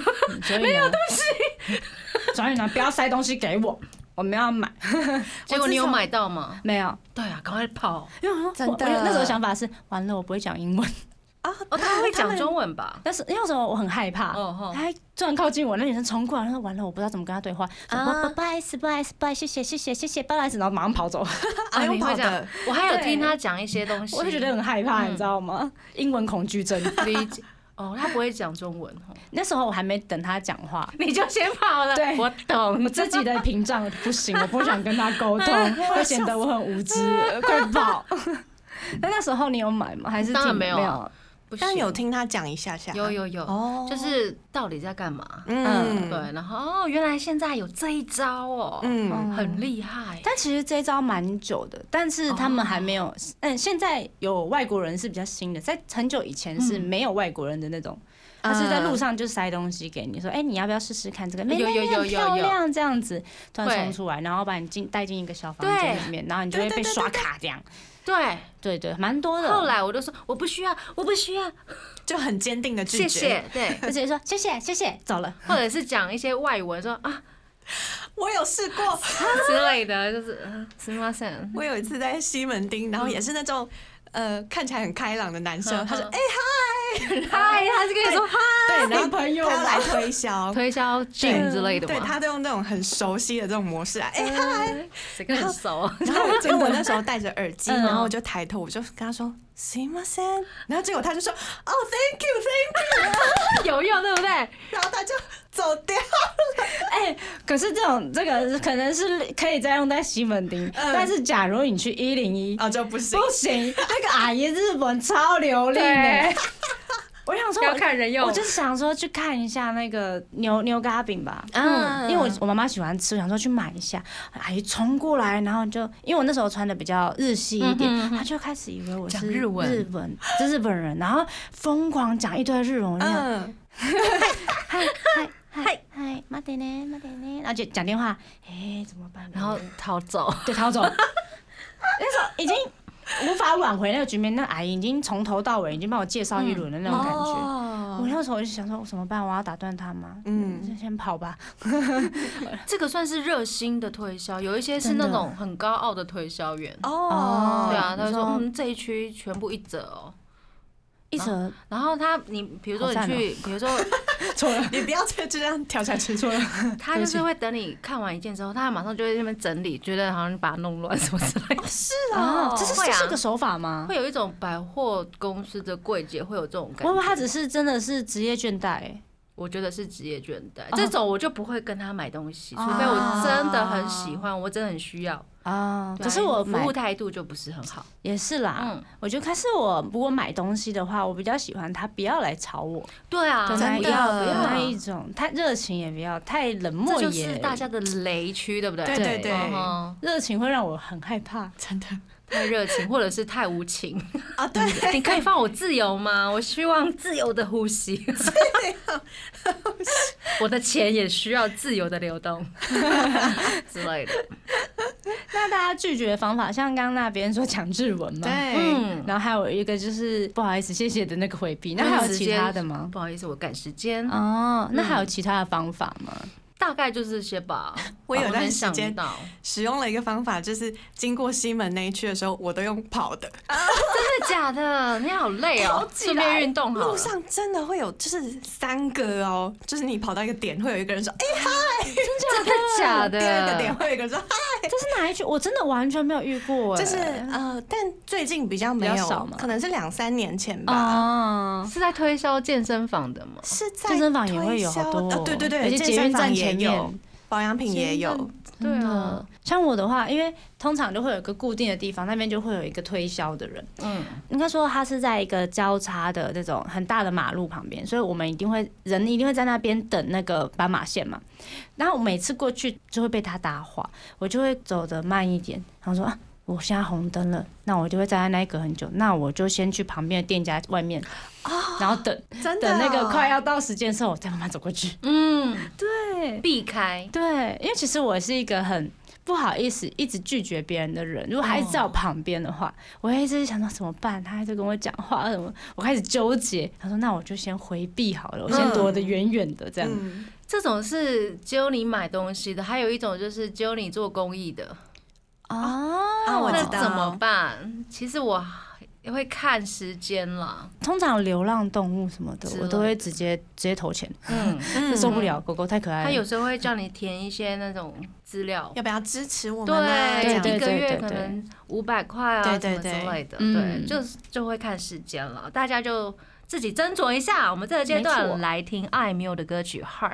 [SPEAKER 5] 没有东西， [laughs] 所以呢，不要塞东西给我，我们要买。
[SPEAKER 2] 结果你有
[SPEAKER 5] 至少
[SPEAKER 2] 买到吗？
[SPEAKER 5] 没有，
[SPEAKER 2] 对啊，赶快跑！
[SPEAKER 5] 因为我
[SPEAKER 3] 真的
[SPEAKER 5] 我我那时候想法是，完了我不会讲英文， [laughs]
[SPEAKER 3] 啊，
[SPEAKER 2] 哦，他会讲
[SPEAKER 3] 们
[SPEAKER 2] 中文吧？
[SPEAKER 5] 但是因为那时候我很害怕。
[SPEAKER 2] 哦哦，
[SPEAKER 5] 他还突然靠近我，那女生冲过来，然后完了，我不知道怎么跟她对话。不
[SPEAKER 3] 啊
[SPEAKER 5] 不不好意思，不好意思，不好意思，谢谢谢谢谢谢，不好意思，然后马上跑走。
[SPEAKER 3] 啊，
[SPEAKER 2] 你
[SPEAKER 3] 用
[SPEAKER 2] 会
[SPEAKER 3] 跑
[SPEAKER 2] 这样
[SPEAKER 3] 的，？
[SPEAKER 2] 我还有
[SPEAKER 5] 对
[SPEAKER 2] 听他讲一些东西，
[SPEAKER 5] [laughs] 我就觉得很害
[SPEAKER 2] 嗯
[SPEAKER 5] 怕，你知道吗？英文恐惧
[SPEAKER 2] [laughs]
[SPEAKER 5] 症。
[SPEAKER 2] 理解。哦，他不会讲中文哦，
[SPEAKER 5] 那时候我还没等他讲话，
[SPEAKER 2] 你就先跑了。
[SPEAKER 5] 对
[SPEAKER 2] 我懂，
[SPEAKER 5] [laughs] 我自己的屏障不行，我不想跟他沟
[SPEAKER 2] [laughs]
[SPEAKER 5] 通，会显得我很无知，快跑！ [laughs] 那那时候你有买吗？还是
[SPEAKER 2] 当然
[SPEAKER 5] 挺
[SPEAKER 2] 没有
[SPEAKER 5] 有啊？
[SPEAKER 2] 不行
[SPEAKER 3] 但有听他讲一下下，
[SPEAKER 2] 有有有，
[SPEAKER 3] 哦，
[SPEAKER 2] 就是到底在干嘛？
[SPEAKER 3] 嗯，
[SPEAKER 2] 对，然后哦，原来现在有这一招哦，
[SPEAKER 3] 嗯，
[SPEAKER 2] 很厉害。
[SPEAKER 5] 但其实这一招蛮久的，但是他们还没有，嗯，现在有外国人是比较新的，在很久以前是没有外国人的那种，他是在路上就塞东西给你，说，哎，你要不要试试看这个？哎妹
[SPEAKER 2] 有
[SPEAKER 5] 妹
[SPEAKER 2] 有
[SPEAKER 5] 你
[SPEAKER 2] 有
[SPEAKER 5] 很
[SPEAKER 2] 有
[SPEAKER 5] 漂
[SPEAKER 2] 有
[SPEAKER 5] 亮这样子，突然
[SPEAKER 2] 会
[SPEAKER 5] 冲出来，然后把你进带进一个小房间
[SPEAKER 2] 对
[SPEAKER 5] 里面，然后你就会
[SPEAKER 3] 对对
[SPEAKER 5] 被
[SPEAKER 3] 对
[SPEAKER 5] 刷
[SPEAKER 3] 对对
[SPEAKER 5] 卡这样，
[SPEAKER 2] 对，
[SPEAKER 5] 对对，蛮多的。
[SPEAKER 2] 后来我就说我不需要，我不需要，
[SPEAKER 3] 嗯就很坚定的拒
[SPEAKER 2] 谢
[SPEAKER 3] 绝。
[SPEAKER 2] 谢。对，
[SPEAKER 5] 就直接说谢谢谢谢，走了。
[SPEAKER 2] 或者是讲一些外文，说啊
[SPEAKER 3] 我有试过，
[SPEAKER 2] 之类的，就是嗯，すみません。
[SPEAKER 3] 我有一次在西门町，然后也是那种呃看起来很开朗的男生，他说
[SPEAKER 2] 嗯
[SPEAKER 3] 哎
[SPEAKER 2] 嗨，他是跟你说嗨，
[SPEAKER 3] 对，然后
[SPEAKER 5] 朋
[SPEAKER 3] 他
[SPEAKER 5] 友
[SPEAKER 3] 要来推销。
[SPEAKER 2] 推销 gym 之类的
[SPEAKER 3] 对，
[SPEAKER 2] 嘛，
[SPEAKER 3] 他都用那种很熟悉的这种模式啊，哎、嗨！
[SPEAKER 2] 谁跟很熟啊？
[SPEAKER 3] 然后因为我那时候戴着耳机，
[SPEAKER 5] 嗯
[SPEAKER 3] 然后我就抬头，我就跟他说 s i m a s e n 然后结果他就说哦，thank
[SPEAKER 2] [laughs]
[SPEAKER 3] you，thank
[SPEAKER 2] 有用对不对？
[SPEAKER 3] you，然后他就走掉。
[SPEAKER 5] 哎、 [laughs] 可是这种这个可能是可以再用在西门町，但是假如你去一零一，
[SPEAKER 3] 哦，就不行
[SPEAKER 5] 不，行，那个阿姨日本超流利的。我想说我，
[SPEAKER 2] 要看人用
[SPEAKER 5] 我就是想说去看一下那个牛牛轧饼吧，
[SPEAKER 3] 嗯
[SPEAKER 5] 嗯，因为我我妈妈喜欢吃，我想说去买一下。阿姨冲过来，然后就因为我那时候穿的比较日系一点，她就开始以为我
[SPEAKER 2] 讲
[SPEAKER 5] 是
[SPEAKER 2] 日文
[SPEAKER 5] 日本是日本人，然后疯狂讲一堆日文，我就想
[SPEAKER 3] 嗯，
[SPEAKER 5] 嗨嗨嗨嗨，慢点呢，慢点呢，然后就讲电话，哎，怎么办？
[SPEAKER 2] 然后逃走，
[SPEAKER 5] 对逃走，那时候已经无法挽回那个局面，那阿姨已经从头到尾已经帮我介绍一轮的那种感觉。我
[SPEAKER 3] 哦，
[SPEAKER 5] 那时候我就想说，我怎么办？我要打断他吗？
[SPEAKER 3] 嗯
[SPEAKER 5] 嗯，就先跑吧。
[SPEAKER 2] 这个算是热心的推销，有一些是那
[SPEAKER 5] 真的
[SPEAKER 2] 种很高傲的推销员。
[SPEAKER 3] 哦，
[SPEAKER 2] 对啊，他
[SPEAKER 5] 你
[SPEAKER 2] 就说
[SPEAKER 5] 说
[SPEAKER 2] 嗯，这一区全部一折哦。
[SPEAKER 5] 一折
[SPEAKER 2] 然后他，你比如说
[SPEAKER 5] 好
[SPEAKER 2] 你
[SPEAKER 5] 赞哦
[SPEAKER 2] 去，比如说
[SPEAKER 3] 错了，你不要再这样跳下去，错了。
[SPEAKER 2] 他就是会等你看完一件之后，他马上就会在那边整理，觉得好像你把它弄乱什么之类的。
[SPEAKER 3] 是
[SPEAKER 5] 啊，这是
[SPEAKER 2] 会
[SPEAKER 5] 这
[SPEAKER 2] 啊
[SPEAKER 5] 是个手法吗？
[SPEAKER 2] 会有一种百货公司的柜姐会有这种感
[SPEAKER 5] 我以为他
[SPEAKER 2] 觉，
[SPEAKER 5] 只是真的是职业倦怠、欸，
[SPEAKER 2] 我觉得是职业倦怠
[SPEAKER 5] 哦。
[SPEAKER 2] 这种我就不会跟他买东西，除非我真的很喜欢，我真的很需要。
[SPEAKER 5] 啊，
[SPEAKER 2] 对啊
[SPEAKER 5] 可是我
[SPEAKER 2] 服
[SPEAKER 5] 买啊
[SPEAKER 2] 务态度就不是很好。
[SPEAKER 5] 也是啦，
[SPEAKER 2] 嗯
[SPEAKER 5] 我觉得可是我如果买东西的话，我比较喜欢他不要来吵我，
[SPEAKER 2] 对啊，
[SPEAKER 5] 的那
[SPEAKER 3] 真
[SPEAKER 5] 一
[SPEAKER 3] 的
[SPEAKER 5] 种
[SPEAKER 2] 不要
[SPEAKER 5] 那一种，太热情也不要，太冷漠
[SPEAKER 2] 这就
[SPEAKER 5] 也
[SPEAKER 2] 是大家的雷区，对不对？
[SPEAKER 3] 对
[SPEAKER 5] 对
[SPEAKER 3] 对
[SPEAKER 2] 嗯
[SPEAKER 5] [laughs]
[SPEAKER 2] 哼
[SPEAKER 5] 热情会让我很害怕。 [laughs]
[SPEAKER 3] 真的
[SPEAKER 2] 太热情或者是太无情。
[SPEAKER 3] 啊，对，
[SPEAKER 5] 哎
[SPEAKER 2] 你可以放我自由吗？我希望自由的呼吸， [laughs] 我的钱也需要自由的流动 [laughs] 之类的。
[SPEAKER 5] 那大家拒绝的方法，像刚刚那别人说讲日文嘛，
[SPEAKER 3] 对，
[SPEAKER 2] 嗯，
[SPEAKER 5] 然后还有一个就是不好意思、谢谢的那个回避，那还有其他的吗？
[SPEAKER 2] 不好意思，我赶时间，
[SPEAKER 5] 哦，那
[SPEAKER 2] 嗯嗯
[SPEAKER 5] 还有其他的方法吗？
[SPEAKER 2] 大概就是这些吧。
[SPEAKER 3] 我有
[SPEAKER 2] 能
[SPEAKER 3] 段时
[SPEAKER 2] 想
[SPEAKER 3] 间
[SPEAKER 2] 到，
[SPEAKER 3] 使用了一个方法，就是经过西门那一区的时候，我都用跑的，
[SPEAKER 2] 真的假的？你好累哦，
[SPEAKER 3] 起来
[SPEAKER 2] 顺便运动好
[SPEAKER 3] 路
[SPEAKER 2] 了。
[SPEAKER 3] 上真的会有，就是三个哦，就是你跑到一个点，会有一个人说：“哎、
[SPEAKER 2] 真的假的？
[SPEAKER 3] 第二个点会有一个人说，啊
[SPEAKER 5] 这是哪一句？我真的完全没有遇过、
[SPEAKER 3] [laughs]
[SPEAKER 5] 哎，
[SPEAKER 3] 就是呃，但最近比较哦没
[SPEAKER 5] 比较少
[SPEAKER 3] 有
[SPEAKER 5] 嘛，
[SPEAKER 3] 可能是两三年前吧。
[SPEAKER 5] 啊，
[SPEAKER 2] 是在推销健身房的吗？
[SPEAKER 3] 是在
[SPEAKER 5] 健身房也会有
[SPEAKER 3] 推销
[SPEAKER 5] 好多哦
[SPEAKER 3] 呃对对
[SPEAKER 5] 而
[SPEAKER 3] 对，
[SPEAKER 5] 且
[SPEAKER 3] 健
[SPEAKER 5] 捷运
[SPEAKER 3] 身房
[SPEAKER 5] 站
[SPEAKER 3] 也
[SPEAKER 5] 前
[SPEAKER 3] 有
[SPEAKER 5] 面，嗯
[SPEAKER 3] 保养品也有，
[SPEAKER 2] 对
[SPEAKER 5] 真
[SPEAKER 2] 啊
[SPEAKER 5] 的，。像我的话，因为通常就会有一个固定的地方，那边就会有一个推销的人。
[SPEAKER 2] 嗯，
[SPEAKER 5] 应该说它是在一个交叉的这种很大的马路旁边，所以我们一定会人一定会在那边等那个斑马线嘛。然后我每次过去就会被他搭话，我就会走得慢一点，然后说啊，我现在红灯了，那我就会站在那一格很久，那我就先去旁边的店家外面，然后等
[SPEAKER 3] 真的
[SPEAKER 5] 等那个
[SPEAKER 3] 哦
[SPEAKER 5] 快要到时间的时候，我再慢慢走过去。
[SPEAKER 2] 嗯，
[SPEAKER 5] 对
[SPEAKER 2] 避开。
[SPEAKER 5] 对，因为其实我是一个很。不好意思，一直拒绝别人的人，如果他一直在我旁边的话，我会一直想到怎么办？他一直跟我讲话，什么？我开始纠结。他说：“那我就先回避好了，我先躲得远远的，这样。
[SPEAKER 3] 嗯，
[SPEAKER 2] 这种是揪你买东西的，还有一种就是揪你做公益的，
[SPEAKER 5] 哦
[SPEAKER 3] 啊，我
[SPEAKER 2] 那
[SPEAKER 3] 知道
[SPEAKER 2] 怎么办？其实我也会看时间啦。
[SPEAKER 5] 通常流浪动物什么的
[SPEAKER 2] 是，
[SPEAKER 5] 我都会直接直接投钱，
[SPEAKER 2] 嗯，
[SPEAKER 3] 嗯
[SPEAKER 5] 受不了，狗狗太可爱了。
[SPEAKER 2] 他有时候会叫你填一些那种资料，
[SPEAKER 3] 要不要支持我们啊？这
[SPEAKER 2] 对，
[SPEAKER 3] 样
[SPEAKER 5] 对
[SPEAKER 2] 一个
[SPEAKER 5] 对
[SPEAKER 2] 月
[SPEAKER 5] 对
[SPEAKER 2] 可
[SPEAKER 5] 对
[SPEAKER 2] 能五百块啊，
[SPEAKER 3] 对
[SPEAKER 2] 什
[SPEAKER 3] 对
[SPEAKER 2] 么之
[SPEAKER 3] 对
[SPEAKER 2] 类的，对，
[SPEAKER 5] 嗯
[SPEAKER 2] 就是就会看时间了，大家就自己斟酌一下。我们这个阶
[SPEAKER 5] 没错
[SPEAKER 2] 段来听艾缪的歌曲《Heart》。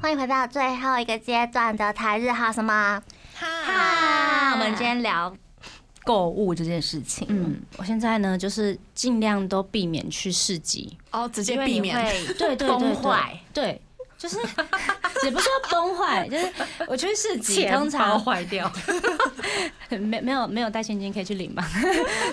[SPEAKER 4] 欢迎回到最后一个阶段的台日哈什么？
[SPEAKER 2] 嗨，我们今天聊购物这件事情，嗯，
[SPEAKER 5] 嗯，我现在呢，就是尽量都避免去市集。
[SPEAKER 3] 哦，直接
[SPEAKER 2] 因为
[SPEAKER 3] 避
[SPEAKER 2] 你
[SPEAKER 3] 免，
[SPEAKER 2] 会
[SPEAKER 5] 对对对
[SPEAKER 2] 崩
[SPEAKER 5] 对
[SPEAKER 2] 坏，
[SPEAKER 5] 对，就是 [laughs] 也不是说崩坏，就是我去市集，
[SPEAKER 2] 钱
[SPEAKER 5] 通
[SPEAKER 2] 包
[SPEAKER 5] 常
[SPEAKER 2] 坏掉，
[SPEAKER 5] [laughs] 没没有没有带现金可以去领吧，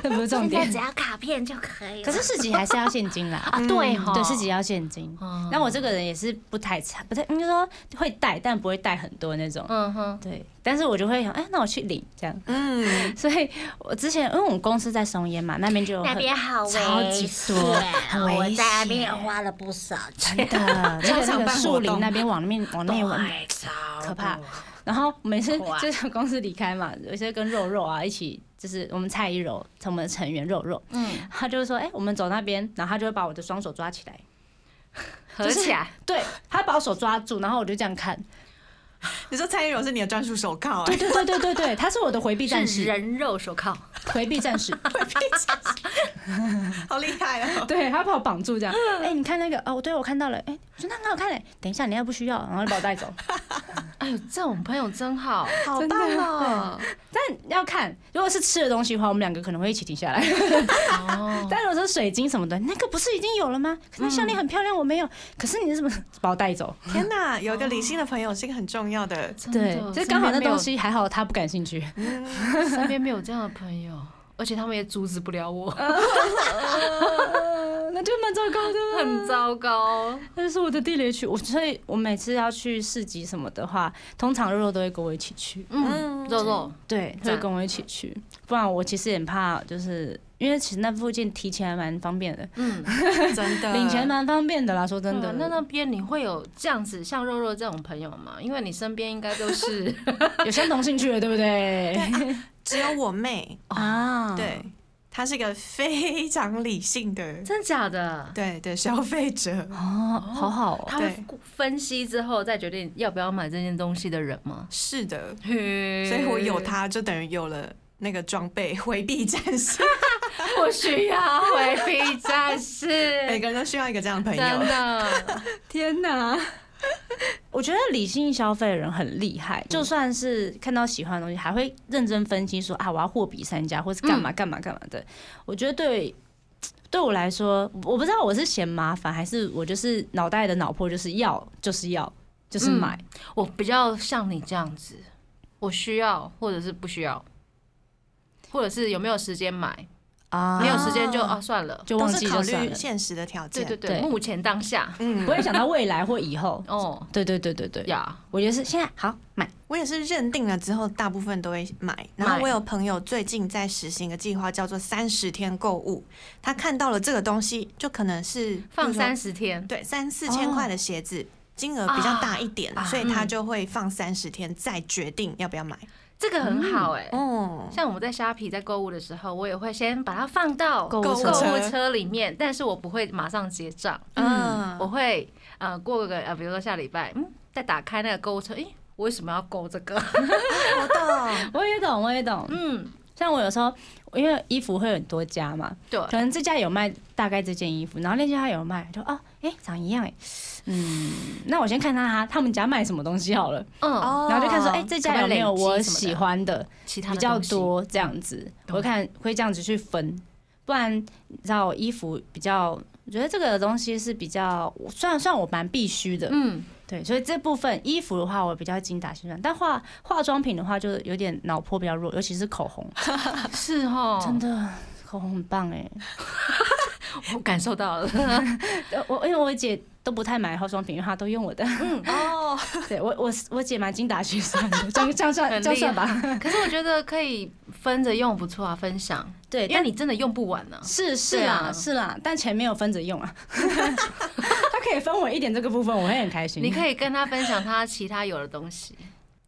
[SPEAKER 5] 那 [laughs] 不是重
[SPEAKER 4] 现在
[SPEAKER 5] 点
[SPEAKER 4] 只。要卡片就可以了。
[SPEAKER 5] 可是市集还是要现金啦，
[SPEAKER 2] [laughs]
[SPEAKER 5] 嗯
[SPEAKER 2] 啊对哈
[SPEAKER 5] 对，市集要现金。
[SPEAKER 2] 哦
[SPEAKER 5] 那我这个人也是不太差，不太应该说会带，但不会带很多那种。
[SPEAKER 2] 嗯哼，
[SPEAKER 5] 对，但是我就会想，哎、那我去领这样。 [laughs]
[SPEAKER 3] 嗯，
[SPEAKER 5] 所以我之前因为我们公司在松烟嘛，那边就有
[SPEAKER 4] 那
[SPEAKER 5] 很 [laughs]
[SPEAKER 4] 边好危
[SPEAKER 5] 超级
[SPEAKER 4] 险，
[SPEAKER 5] 多，很
[SPEAKER 4] 我
[SPEAKER 5] 危
[SPEAKER 4] 在那边也
[SPEAKER 5] 险。
[SPEAKER 4] 花了不少钱。
[SPEAKER 5] 真的，那个那
[SPEAKER 3] 常
[SPEAKER 5] 个
[SPEAKER 3] 办活
[SPEAKER 5] 树林
[SPEAKER 3] 动
[SPEAKER 5] 那边往那边往内往
[SPEAKER 2] 太超
[SPEAKER 5] 可怕。然后每次就是公司离开嘛， [laughs] 有些跟肉肉啊一起，就是我们蔡一柔，我们的成员肉肉，
[SPEAKER 2] 嗯，
[SPEAKER 5] 他就会说，哎、我们走那边，然后他就会把我的双手抓起来，
[SPEAKER 2] 合起来，
[SPEAKER 5] 对他把我手抓住，然后我就这样看，
[SPEAKER 3] 你说蔡依柔是你的专属手铐，
[SPEAKER 5] [laughs] 对
[SPEAKER 3] 哎
[SPEAKER 5] 对对对对对， [laughs] 他是我的回避战
[SPEAKER 2] 是
[SPEAKER 5] 士，
[SPEAKER 2] 人肉手铐，
[SPEAKER 5] 回避战 [laughs] 士，
[SPEAKER 3] [laughs] 好厉害哦！
[SPEAKER 5] 对他把我绑住这样，哎、你看那个哦，对我看到了，哎、我说那很好看嘞、等一下你要不需要，然后就把我带走，
[SPEAKER 2] 哎呦，这种朋友真好，
[SPEAKER 3] 好棒哦！
[SPEAKER 5] 但要看如果是吃的东西的话，我们两个可能会一起停下来，
[SPEAKER 2] 哦，
[SPEAKER 5] 但如果是水晶什么的，那个不是已经有了吗？可是项链很漂亮，我没有，可是你是不是把我带走？
[SPEAKER 3] 天哪，有一个理性的朋友是一个很重要的，
[SPEAKER 5] 对，就
[SPEAKER 2] 就是
[SPEAKER 5] 刚好那东西还好，他不感兴趣。
[SPEAKER 2] 身边没有这样的朋友，而且他们也阻止不了我，
[SPEAKER 5] [laughs] 那就蛮糟糕的。
[SPEAKER 2] 很糟糕。
[SPEAKER 5] 那就是我的地雷区，我所以，我每次要去市集什么的话，通常肉肉都会跟我一起去，
[SPEAKER 2] 嗯，肉肉，
[SPEAKER 5] 对，
[SPEAKER 2] 赞
[SPEAKER 5] 会跟我一起去。不然我其实也很怕，就是因为其实那附近提钱还蛮方便的，
[SPEAKER 2] 嗯，
[SPEAKER 3] 真的
[SPEAKER 5] 领钱蛮方便的啦。说真的，
[SPEAKER 2] 啊那那边你会有这样子像肉肉这种朋友吗？因为你身边应该都是
[SPEAKER 5] 有相同兴趣的，对不 [laughs] 对？
[SPEAKER 3] 只有我妹，
[SPEAKER 5] 啊，
[SPEAKER 3] 对，她是一个非常理性的，
[SPEAKER 2] 真假的，
[SPEAKER 3] 对对，消费者，
[SPEAKER 5] 哦，好好哦。
[SPEAKER 2] 他会分析之后再决定要不要买这件东西的人吗？
[SPEAKER 3] 是的，
[SPEAKER 2] 所
[SPEAKER 3] 所以
[SPEAKER 2] 以
[SPEAKER 3] 我有，她就等于有了。那个装备回避战士，
[SPEAKER 2] 我需要回避战
[SPEAKER 3] 每
[SPEAKER 2] 士，
[SPEAKER 3] 个人都需要一个这样哎的朋
[SPEAKER 2] 真
[SPEAKER 3] 友。
[SPEAKER 2] 的，
[SPEAKER 5] 天哪！ [laughs] 我觉得理性消费的人很厉害，就算是看到喜欢的东西，还会认真分析说啊，我要货比三家，或是干嘛干嘛干嘛的。我觉得对对我来说，我不知道我是嫌麻烦，还是我就是脑袋的脑波就是要就是要就是买。
[SPEAKER 2] 我比较像你这样子，我需要或者是不需要，或者是有没有时间买，
[SPEAKER 5] 啊
[SPEAKER 2] 没有时间就啊算了。
[SPEAKER 5] 就
[SPEAKER 3] 都
[SPEAKER 5] 忘
[SPEAKER 3] 是
[SPEAKER 5] 记
[SPEAKER 3] 考
[SPEAKER 5] 就算
[SPEAKER 3] 虑
[SPEAKER 5] 了，
[SPEAKER 3] 现实的条
[SPEAKER 2] 对
[SPEAKER 3] 件，
[SPEAKER 2] 对对，
[SPEAKER 5] 对
[SPEAKER 2] 目前当下，
[SPEAKER 3] 嗯
[SPEAKER 5] 不，会想到未来或以后。
[SPEAKER 2] 哦
[SPEAKER 5] [laughs] 对对对对对，
[SPEAKER 2] 呀，
[SPEAKER 5] 我觉得是现在好买，
[SPEAKER 3] 我也是认定了之后，大部分都会买。然后
[SPEAKER 2] 买
[SPEAKER 3] 我有朋友最近在实行一个计划，叫做三十天购物。他看到了这个东西，就可能是
[SPEAKER 2] 放三
[SPEAKER 3] 十
[SPEAKER 2] 十天，
[SPEAKER 3] 对三四千块的鞋子。金额比较大一点，
[SPEAKER 2] 啊啊
[SPEAKER 3] 所以他就会放三十天再决定要不要买。
[SPEAKER 2] 这个很好哎、
[SPEAKER 3] 哦，
[SPEAKER 2] 像我们在虾皮在购物的时候，我也会先把它放到
[SPEAKER 5] 购
[SPEAKER 2] 购
[SPEAKER 5] 物
[SPEAKER 3] 购
[SPEAKER 5] 车
[SPEAKER 2] 物车里面，但是我不会马上结账，
[SPEAKER 3] 嗯
[SPEAKER 2] 我会呃，过个呃，比如说下礼拜，嗯，再打开那个购物车，诶、我为什么要购这个？ [laughs]
[SPEAKER 3] 我懂，
[SPEAKER 5] 我也懂，我也懂。
[SPEAKER 2] 嗯，
[SPEAKER 5] 像我有时候，因为衣服会有很多家嘛，
[SPEAKER 2] 对，
[SPEAKER 5] 可能这家有卖大概这件衣服，然后那家有卖，就哦，哎、长一样哎、嗯，那我先看他他他们家卖什么东西好了，
[SPEAKER 2] 嗯，
[SPEAKER 3] 哦，
[SPEAKER 5] 然后就看说，哎、
[SPEAKER 2] 可
[SPEAKER 5] 这
[SPEAKER 2] 不
[SPEAKER 5] 家
[SPEAKER 2] 可以
[SPEAKER 5] 有没有
[SPEAKER 2] 累积
[SPEAKER 5] 我
[SPEAKER 2] 什么的
[SPEAKER 5] 喜欢的，
[SPEAKER 2] 其他
[SPEAKER 5] 比
[SPEAKER 2] 的
[SPEAKER 5] 较
[SPEAKER 2] 东西，嗯
[SPEAKER 5] 多这样子，
[SPEAKER 2] 懂
[SPEAKER 5] 我会看会这样子去分，不然你知道衣服比较，我觉得这个东西是比较算算我蛮必须的，
[SPEAKER 2] 嗯，
[SPEAKER 5] 对，所以这部分衣服的话我比较精打细算，但化化妆品的话就有点脑波比较弱，尤其是口红，
[SPEAKER 2] 是哦，
[SPEAKER 5] 真的口红很棒哎、
[SPEAKER 2] 我感受
[SPEAKER 5] [laughs]
[SPEAKER 2] 到了，
[SPEAKER 5] 呃我因为我姐都不太买化妆品，因为她都用我的，
[SPEAKER 2] 嗯
[SPEAKER 5] [laughs]
[SPEAKER 3] 哦，
[SPEAKER 5] 对我我我姐蛮精打细算的，这样这样算
[SPEAKER 2] 很
[SPEAKER 5] 这样
[SPEAKER 2] 厉
[SPEAKER 5] 算吧，
[SPEAKER 2] 害。可是我觉得可以分着用，不错啊，分享，
[SPEAKER 5] 对，
[SPEAKER 2] 因为
[SPEAKER 5] 但
[SPEAKER 2] 你真的用不完呢、
[SPEAKER 5] 是是
[SPEAKER 2] 对
[SPEAKER 5] 啦
[SPEAKER 2] 啊
[SPEAKER 5] 是啦，但钱没有分着用啊， [laughs] 她可以分我一点这个部分，我会很开心。
[SPEAKER 2] 你可以跟他分享他其他有的东西，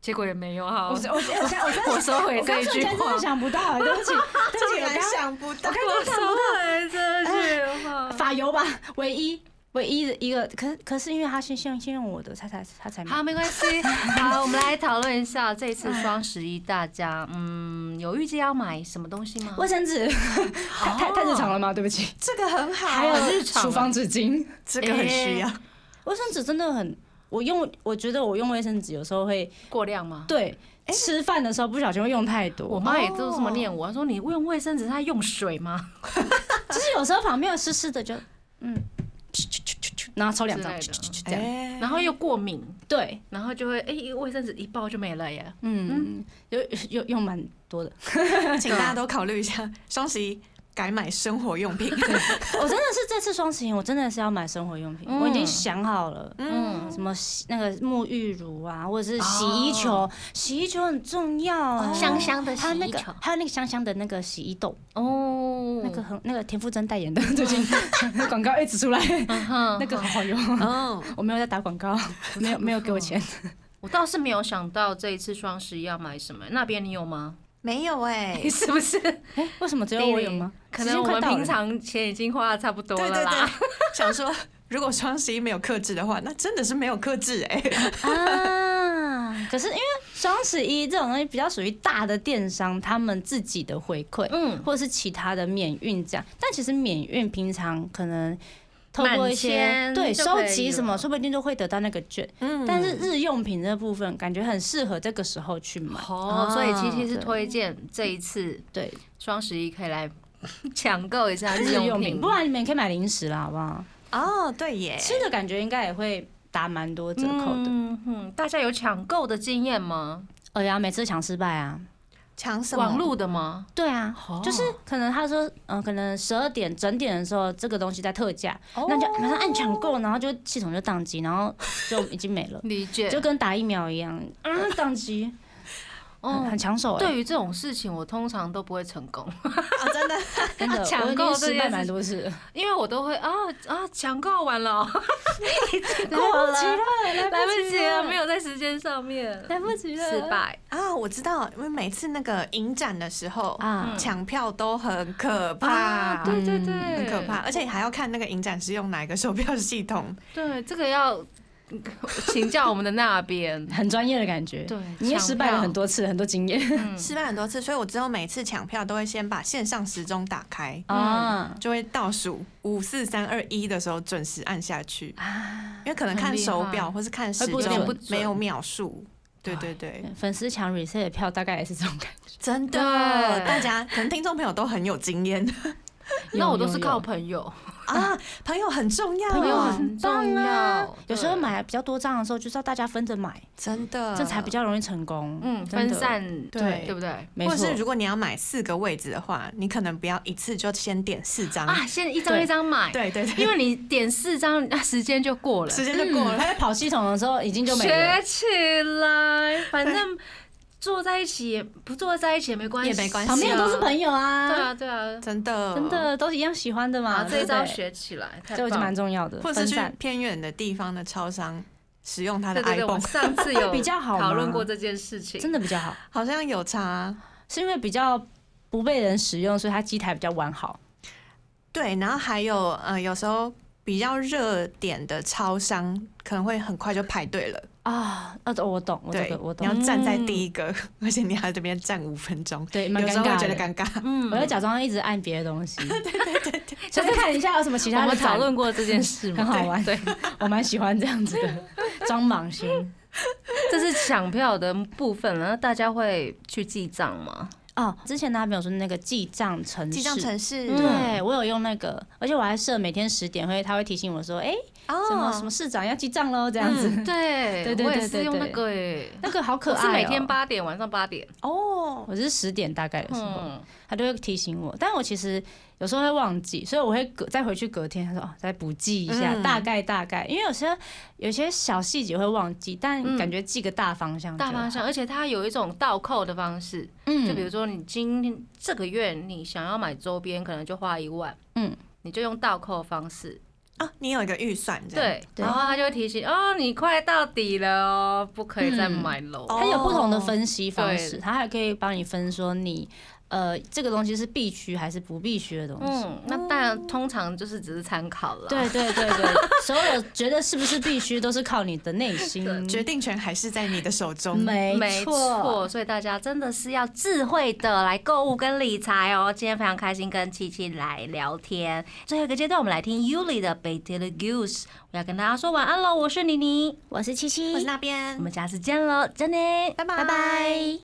[SPEAKER 2] 结果也没有哈。
[SPEAKER 5] 我我我现在我
[SPEAKER 2] [laughs]
[SPEAKER 5] 刚
[SPEAKER 2] 我收回
[SPEAKER 5] 我
[SPEAKER 2] 这
[SPEAKER 5] 刚
[SPEAKER 2] 一
[SPEAKER 5] 瞬
[SPEAKER 2] 句
[SPEAKER 5] 间真
[SPEAKER 2] 话
[SPEAKER 5] 的，想不到，欸对不起，对不
[SPEAKER 3] 竟
[SPEAKER 2] [laughs]
[SPEAKER 5] 起，我
[SPEAKER 3] 然
[SPEAKER 5] 刚
[SPEAKER 3] 想不到，哎
[SPEAKER 2] 我收回这句话。
[SPEAKER 5] 法油吧，唯一唯一的一个，可是可是因为她先先先用我的，她才她才买
[SPEAKER 2] 好，。没关
[SPEAKER 3] [laughs]
[SPEAKER 2] 系。好，我们来讨论一下这次双十一，大家嗯有预计要买什么东西吗？哦
[SPEAKER 5] 卫生纸太太太日常了吗？对不起，
[SPEAKER 3] 这个很好，
[SPEAKER 5] 还有
[SPEAKER 2] 日常了
[SPEAKER 5] 厨房纸巾，
[SPEAKER 3] 这个很需要，
[SPEAKER 5] 卫生纸真的很，我用我觉得我用卫生纸有时候会
[SPEAKER 2] 过量吗？
[SPEAKER 5] 对、吃饭的时候不小心会用太多，
[SPEAKER 2] 我妈也都这么念我，她说你用卫生纸，她用水吗？
[SPEAKER 5] [laughs] 就是有时候旁边有湿湿的就嗯，然后抽两张
[SPEAKER 2] 之类的，
[SPEAKER 5] 这样
[SPEAKER 3] 哎
[SPEAKER 2] 然后又过敏，
[SPEAKER 5] 对，
[SPEAKER 2] 然后就会哎，一个卫生纸一包就没了耶。哎
[SPEAKER 5] 嗯，有有用蛮
[SPEAKER 2] [laughs]
[SPEAKER 5] 多的，
[SPEAKER 3] 请大家都考虑一下，双十一改买生活用品。
[SPEAKER 5] 我真的是这次双十一我真的是要买生活用品，我已经
[SPEAKER 2] 嗯
[SPEAKER 5] 想好了。
[SPEAKER 2] 嗯，
[SPEAKER 5] 什么洗那个沐浴乳啊，或者是洗衣球，
[SPEAKER 2] 哦
[SPEAKER 5] 洗衣球很重要、欸，
[SPEAKER 4] 香香的洗
[SPEAKER 5] 还有那
[SPEAKER 4] 衣
[SPEAKER 5] 个
[SPEAKER 4] 球，
[SPEAKER 5] 还有那个香香的那个洗衣豆，
[SPEAKER 2] 哦
[SPEAKER 5] 那个很那个田馥甄代言的， [laughs] 最
[SPEAKER 2] [laughs]
[SPEAKER 5] 近广告一直出来，
[SPEAKER 2] 嗯
[SPEAKER 5] [laughs] 那个好好用。
[SPEAKER 3] 嗯，
[SPEAKER 5] 我没有在打广告，没有没有给我钱。
[SPEAKER 2] 我倒是没有想到这一次双十一要买什么，那边你有吗？
[SPEAKER 3] 没有哎、
[SPEAKER 2] 你 [laughs] 是不是？
[SPEAKER 5] 哎，为什么只有我有吗？
[SPEAKER 2] 可
[SPEAKER 5] 时
[SPEAKER 2] 能我
[SPEAKER 5] 间快
[SPEAKER 2] 们
[SPEAKER 5] 到了
[SPEAKER 2] 平常钱已经花的差不多
[SPEAKER 3] 对
[SPEAKER 2] 了
[SPEAKER 3] 对
[SPEAKER 2] 啦。
[SPEAKER 3] 对，想说如果双十一没有克制的话，那真的是没有克制哎、
[SPEAKER 5] 啊，可是因为双十一这种东西比较属于大的电商，他们自己的回馈，
[SPEAKER 2] 嗯，
[SPEAKER 5] 或者是其他的免运这样。但其实免运平常可能透过一些
[SPEAKER 2] 满千
[SPEAKER 5] 对
[SPEAKER 2] 就可
[SPEAKER 5] 收
[SPEAKER 2] 以
[SPEAKER 5] 集什么，
[SPEAKER 2] 了
[SPEAKER 5] 说不定就会得到那个券。
[SPEAKER 3] 嗯
[SPEAKER 5] 但是日用品这部分，感觉很适合这个时候去买。
[SPEAKER 2] 哦，所以其实是
[SPEAKER 5] 对
[SPEAKER 2] 推荐这一次
[SPEAKER 5] 对，
[SPEAKER 2] 双十一可以来 [laughs] 抢购一 [laughs] 下
[SPEAKER 5] 日用
[SPEAKER 2] 品，
[SPEAKER 5] 品，不然你们也可以买零食啦，好不好？
[SPEAKER 3] 哦，对耶，
[SPEAKER 5] 吃的感觉应该也会打蛮多折扣的。
[SPEAKER 2] 嗯哼，大家有抢购的经验吗？
[SPEAKER 5] 哎呀，每次抢失败啊。
[SPEAKER 3] 抢什么？
[SPEAKER 2] 网络的吗？
[SPEAKER 5] 对啊，
[SPEAKER 2] 哦，
[SPEAKER 5] 就是可能他说，嗯、可能十二点整点的时候，这个东西在特价，
[SPEAKER 3] 哦
[SPEAKER 5] 那
[SPEAKER 3] [laughs]
[SPEAKER 5] 你就马上按抢购，然后就系统就宕机，然后就已经没了
[SPEAKER 2] 理解
[SPEAKER 5] 就跟打疫苗一样，嗯，宕机，很
[SPEAKER 2] 哦
[SPEAKER 5] 很。抢手、欸。
[SPEAKER 2] 对于这种事情，我通常都不会成功， [laughs]
[SPEAKER 3] 啊，真的，
[SPEAKER 5] 真的，
[SPEAKER 2] 抢
[SPEAKER 5] 我已
[SPEAKER 2] 购
[SPEAKER 5] 经
[SPEAKER 2] 这
[SPEAKER 5] 失
[SPEAKER 2] 件
[SPEAKER 5] 败
[SPEAKER 2] 事
[SPEAKER 5] 蛮多次了，
[SPEAKER 2] 因为我都会啊啊抢购完了哦， [laughs]
[SPEAKER 5] 过了，
[SPEAKER 2] 来不及了，没有在时间上面，
[SPEAKER 5] 来不及了，
[SPEAKER 2] 失败。
[SPEAKER 3] 啊，我知道，因为每次那个影展的时候，
[SPEAKER 5] 啊，
[SPEAKER 3] 抢票都很可怕。
[SPEAKER 2] 啊，对对对，
[SPEAKER 3] 很可怕，而且还要看那个影展是用哪一个售票系统。
[SPEAKER 2] 对，这个要请教我们的那边。
[SPEAKER 5] 很专业的感觉。
[SPEAKER 2] [laughs] 对，
[SPEAKER 5] 你也
[SPEAKER 2] 抢
[SPEAKER 5] 失败了
[SPEAKER 2] 票
[SPEAKER 5] 很。多次，很多经验
[SPEAKER 2] 嗯
[SPEAKER 3] 失败很多次，所以我之后每次抢票都会先把线上时钟打开，
[SPEAKER 5] 啊。
[SPEAKER 3] 就会倒数五四三二一的时候准时按下去，因为可能看手表或是看时
[SPEAKER 5] 会不
[SPEAKER 3] 钟
[SPEAKER 2] 准
[SPEAKER 3] 没有秒数。对对对，
[SPEAKER 5] 粉丝抢 reset 的票大概也是这种感
[SPEAKER 3] 真的，
[SPEAKER 2] 对
[SPEAKER 3] 大家可能听众朋友都很有经验
[SPEAKER 2] [laughs]
[SPEAKER 5] 有
[SPEAKER 2] 那我都
[SPEAKER 5] 有
[SPEAKER 2] 是
[SPEAKER 5] 有
[SPEAKER 2] 靠朋 [laughs] 友，
[SPEAKER 3] 啊，朋友很重要，啊
[SPEAKER 2] 朋友
[SPEAKER 5] 哇
[SPEAKER 2] 很
[SPEAKER 5] 棒
[SPEAKER 2] 重
[SPEAKER 5] 啊
[SPEAKER 2] 要。
[SPEAKER 5] 有时候
[SPEAKER 2] 对，
[SPEAKER 5] 买比较多张的时候，就是要大家分着买，
[SPEAKER 3] 真的，
[SPEAKER 5] 这才比较容易成功。
[SPEAKER 2] 嗯，
[SPEAKER 5] 真
[SPEAKER 2] 分
[SPEAKER 5] 的，
[SPEAKER 2] 散，
[SPEAKER 3] 对
[SPEAKER 2] 对不对？
[SPEAKER 5] 没
[SPEAKER 3] 或
[SPEAKER 5] 错
[SPEAKER 3] 者。是如果你要买四个位置的话，你可能不要一次就先点四张，
[SPEAKER 2] 啊，先一张
[SPEAKER 5] 对
[SPEAKER 2] 一张买，
[SPEAKER 3] 对对对，
[SPEAKER 2] 因为你点四张， [laughs] 那时间就过了，
[SPEAKER 3] [laughs] 时间就过
[SPEAKER 5] 嗯
[SPEAKER 3] 了。
[SPEAKER 5] 他在跑系统的时候已经就没了。
[SPEAKER 2] 学起来，反正坐在一起也不坐在一起也没关系，
[SPEAKER 3] 也没关系
[SPEAKER 5] 旁边的都是
[SPEAKER 2] 友，
[SPEAKER 5] 朋友
[SPEAKER 2] 啊对
[SPEAKER 5] 啊，
[SPEAKER 2] 啊对啊，
[SPEAKER 3] 真的，
[SPEAKER 5] 真，的都是一样喜欢的嘛
[SPEAKER 2] 把。这一
[SPEAKER 5] 对不
[SPEAKER 2] 招
[SPEAKER 5] 对，
[SPEAKER 2] 学起来，太
[SPEAKER 5] 这已经
[SPEAKER 2] 棒
[SPEAKER 5] 蛮
[SPEAKER 2] 了
[SPEAKER 5] 重要的。
[SPEAKER 3] 或者
[SPEAKER 5] 分
[SPEAKER 3] 是去
[SPEAKER 5] 散
[SPEAKER 3] 偏远的地方的超商使用它的
[SPEAKER 2] 对对对，我
[SPEAKER 3] iPhone，
[SPEAKER 2] 们上次 [laughs] 有
[SPEAKER 5] 哎比较好吗
[SPEAKER 2] 讨论过这件事情，
[SPEAKER 5] 真的比较好，
[SPEAKER 3] 好像有差。
[SPEAKER 5] 是因为比较不被人使用，所以它机台比较完好。
[SPEAKER 3] 对，然后还有呃，有时候比较热点的超商可能会很快就排队了。
[SPEAKER 5] 啊，呃，我懂，我这
[SPEAKER 3] 对
[SPEAKER 5] 个我，
[SPEAKER 3] 你
[SPEAKER 5] 懂嗯
[SPEAKER 3] 要，站在第一个， [laughs] 而且你还要这边站五分钟，
[SPEAKER 5] 对，蛮
[SPEAKER 3] 有
[SPEAKER 5] 尴
[SPEAKER 3] 时候会
[SPEAKER 5] 尬
[SPEAKER 3] 觉得
[SPEAKER 5] 的。
[SPEAKER 3] 尴尬。
[SPEAKER 2] 嗯
[SPEAKER 5] 我要假装一直按别的东西，对对对 [laughs] 对，就是看一下有什么其
[SPEAKER 2] 我
[SPEAKER 5] 他的
[SPEAKER 2] 们
[SPEAKER 5] 展
[SPEAKER 2] 讨论过这件 [laughs] 事
[SPEAKER 5] 很
[SPEAKER 2] 吗？
[SPEAKER 5] 好玩，
[SPEAKER 2] 嗯对，
[SPEAKER 5] [laughs]
[SPEAKER 2] 嗯
[SPEAKER 5] 我蛮喜欢这样子
[SPEAKER 2] [laughs]
[SPEAKER 5] 的，装莽型。
[SPEAKER 2] 这是抢票的部分了，那大家会去记账吗？
[SPEAKER 5] 哦，之前大家没有说那个记账程式，
[SPEAKER 3] [laughs] 记账城市，
[SPEAKER 2] 嗯
[SPEAKER 5] 对我有用那个，而且我还设每天十点会，他会提醒我说，哎，
[SPEAKER 3] 哦
[SPEAKER 5] 什么什么市长要记账喽，这样子。
[SPEAKER 2] 嗯 [laughs] 对
[SPEAKER 5] 对对
[SPEAKER 2] 我也
[SPEAKER 5] 对
[SPEAKER 2] 是
[SPEAKER 5] 对
[SPEAKER 2] 用那
[SPEAKER 5] 对
[SPEAKER 2] 个诶，
[SPEAKER 5] [laughs] 那个好可
[SPEAKER 2] 我
[SPEAKER 5] 爱、
[SPEAKER 2] 是
[SPEAKER 5] 哦，
[SPEAKER 2] 每天，八点，晚上八点，
[SPEAKER 3] 哦，
[SPEAKER 5] 我是十点大概的时候，
[SPEAKER 2] 嗯，
[SPEAKER 5] 他就会提醒我，但我其实有时候会忘记，所以我会隔再回去隔天，他说哦，再补记一下，
[SPEAKER 3] 嗯
[SPEAKER 5] 大概大概，因为有些有些小细节会忘记，但感觉记个大方向
[SPEAKER 2] 嗯
[SPEAKER 5] 就
[SPEAKER 2] 大
[SPEAKER 5] 好，
[SPEAKER 2] 方向，而且它有一种倒扣的方式，
[SPEAKER 5] 嗯，
[SPEAKER 2] 就比如说你今天这个月你想要买周边，可能就花一万，
[SPEAKER 5] 嗯，
[SPEAKER 2] 你就用倒扣的方式，
[SPEAKER 3] 啊，你有一个预算，这样，
[SPEAKER 2] 对，然后他就会提醒哦，你快到底了哦，不可以再买哦楼。
[SPEAKER 3] 嗯
[SPEAKER 5] 它有不同的分析方
[SPEAKER 2] 哦对
[SPEAKER 5] 式，它还可以帮你分说你呃这个东西是必须还是不必须的东西。
[SPEAKER 2] 嗯，那当然，通常就是只是参考了。
[SPEAKER 5] 对对对对， [laughs] 所有觉得是不是必须都是靠你的内心，
[SPEAKER 3] 决定权还是在你的手中。
[SPEAKER 2] 没
[SPEAKER 5] 没错。
[SPEAKER 2] 错，所以大家真的是要智慧的来购物跟理财哦。今天非常开心跟七七来聊天。最后一个阶段，我们来听 Yuli 的《b e t t e the Goose》，我要跟大家说晚安喽。我是妮妮，
[SPEAKER 1] 我是七
[SPEAKER 3] 我是
[SPEAKER 1] 七，
[SPEAKER 3] 那
[SPEAKER 2] 我
[SPEAKER 3] 边，
[SPEAKER 2] 们下次见喽，真的，
[SPEAKER 3] 拜拜
[SPEAKER 1] 拜拜。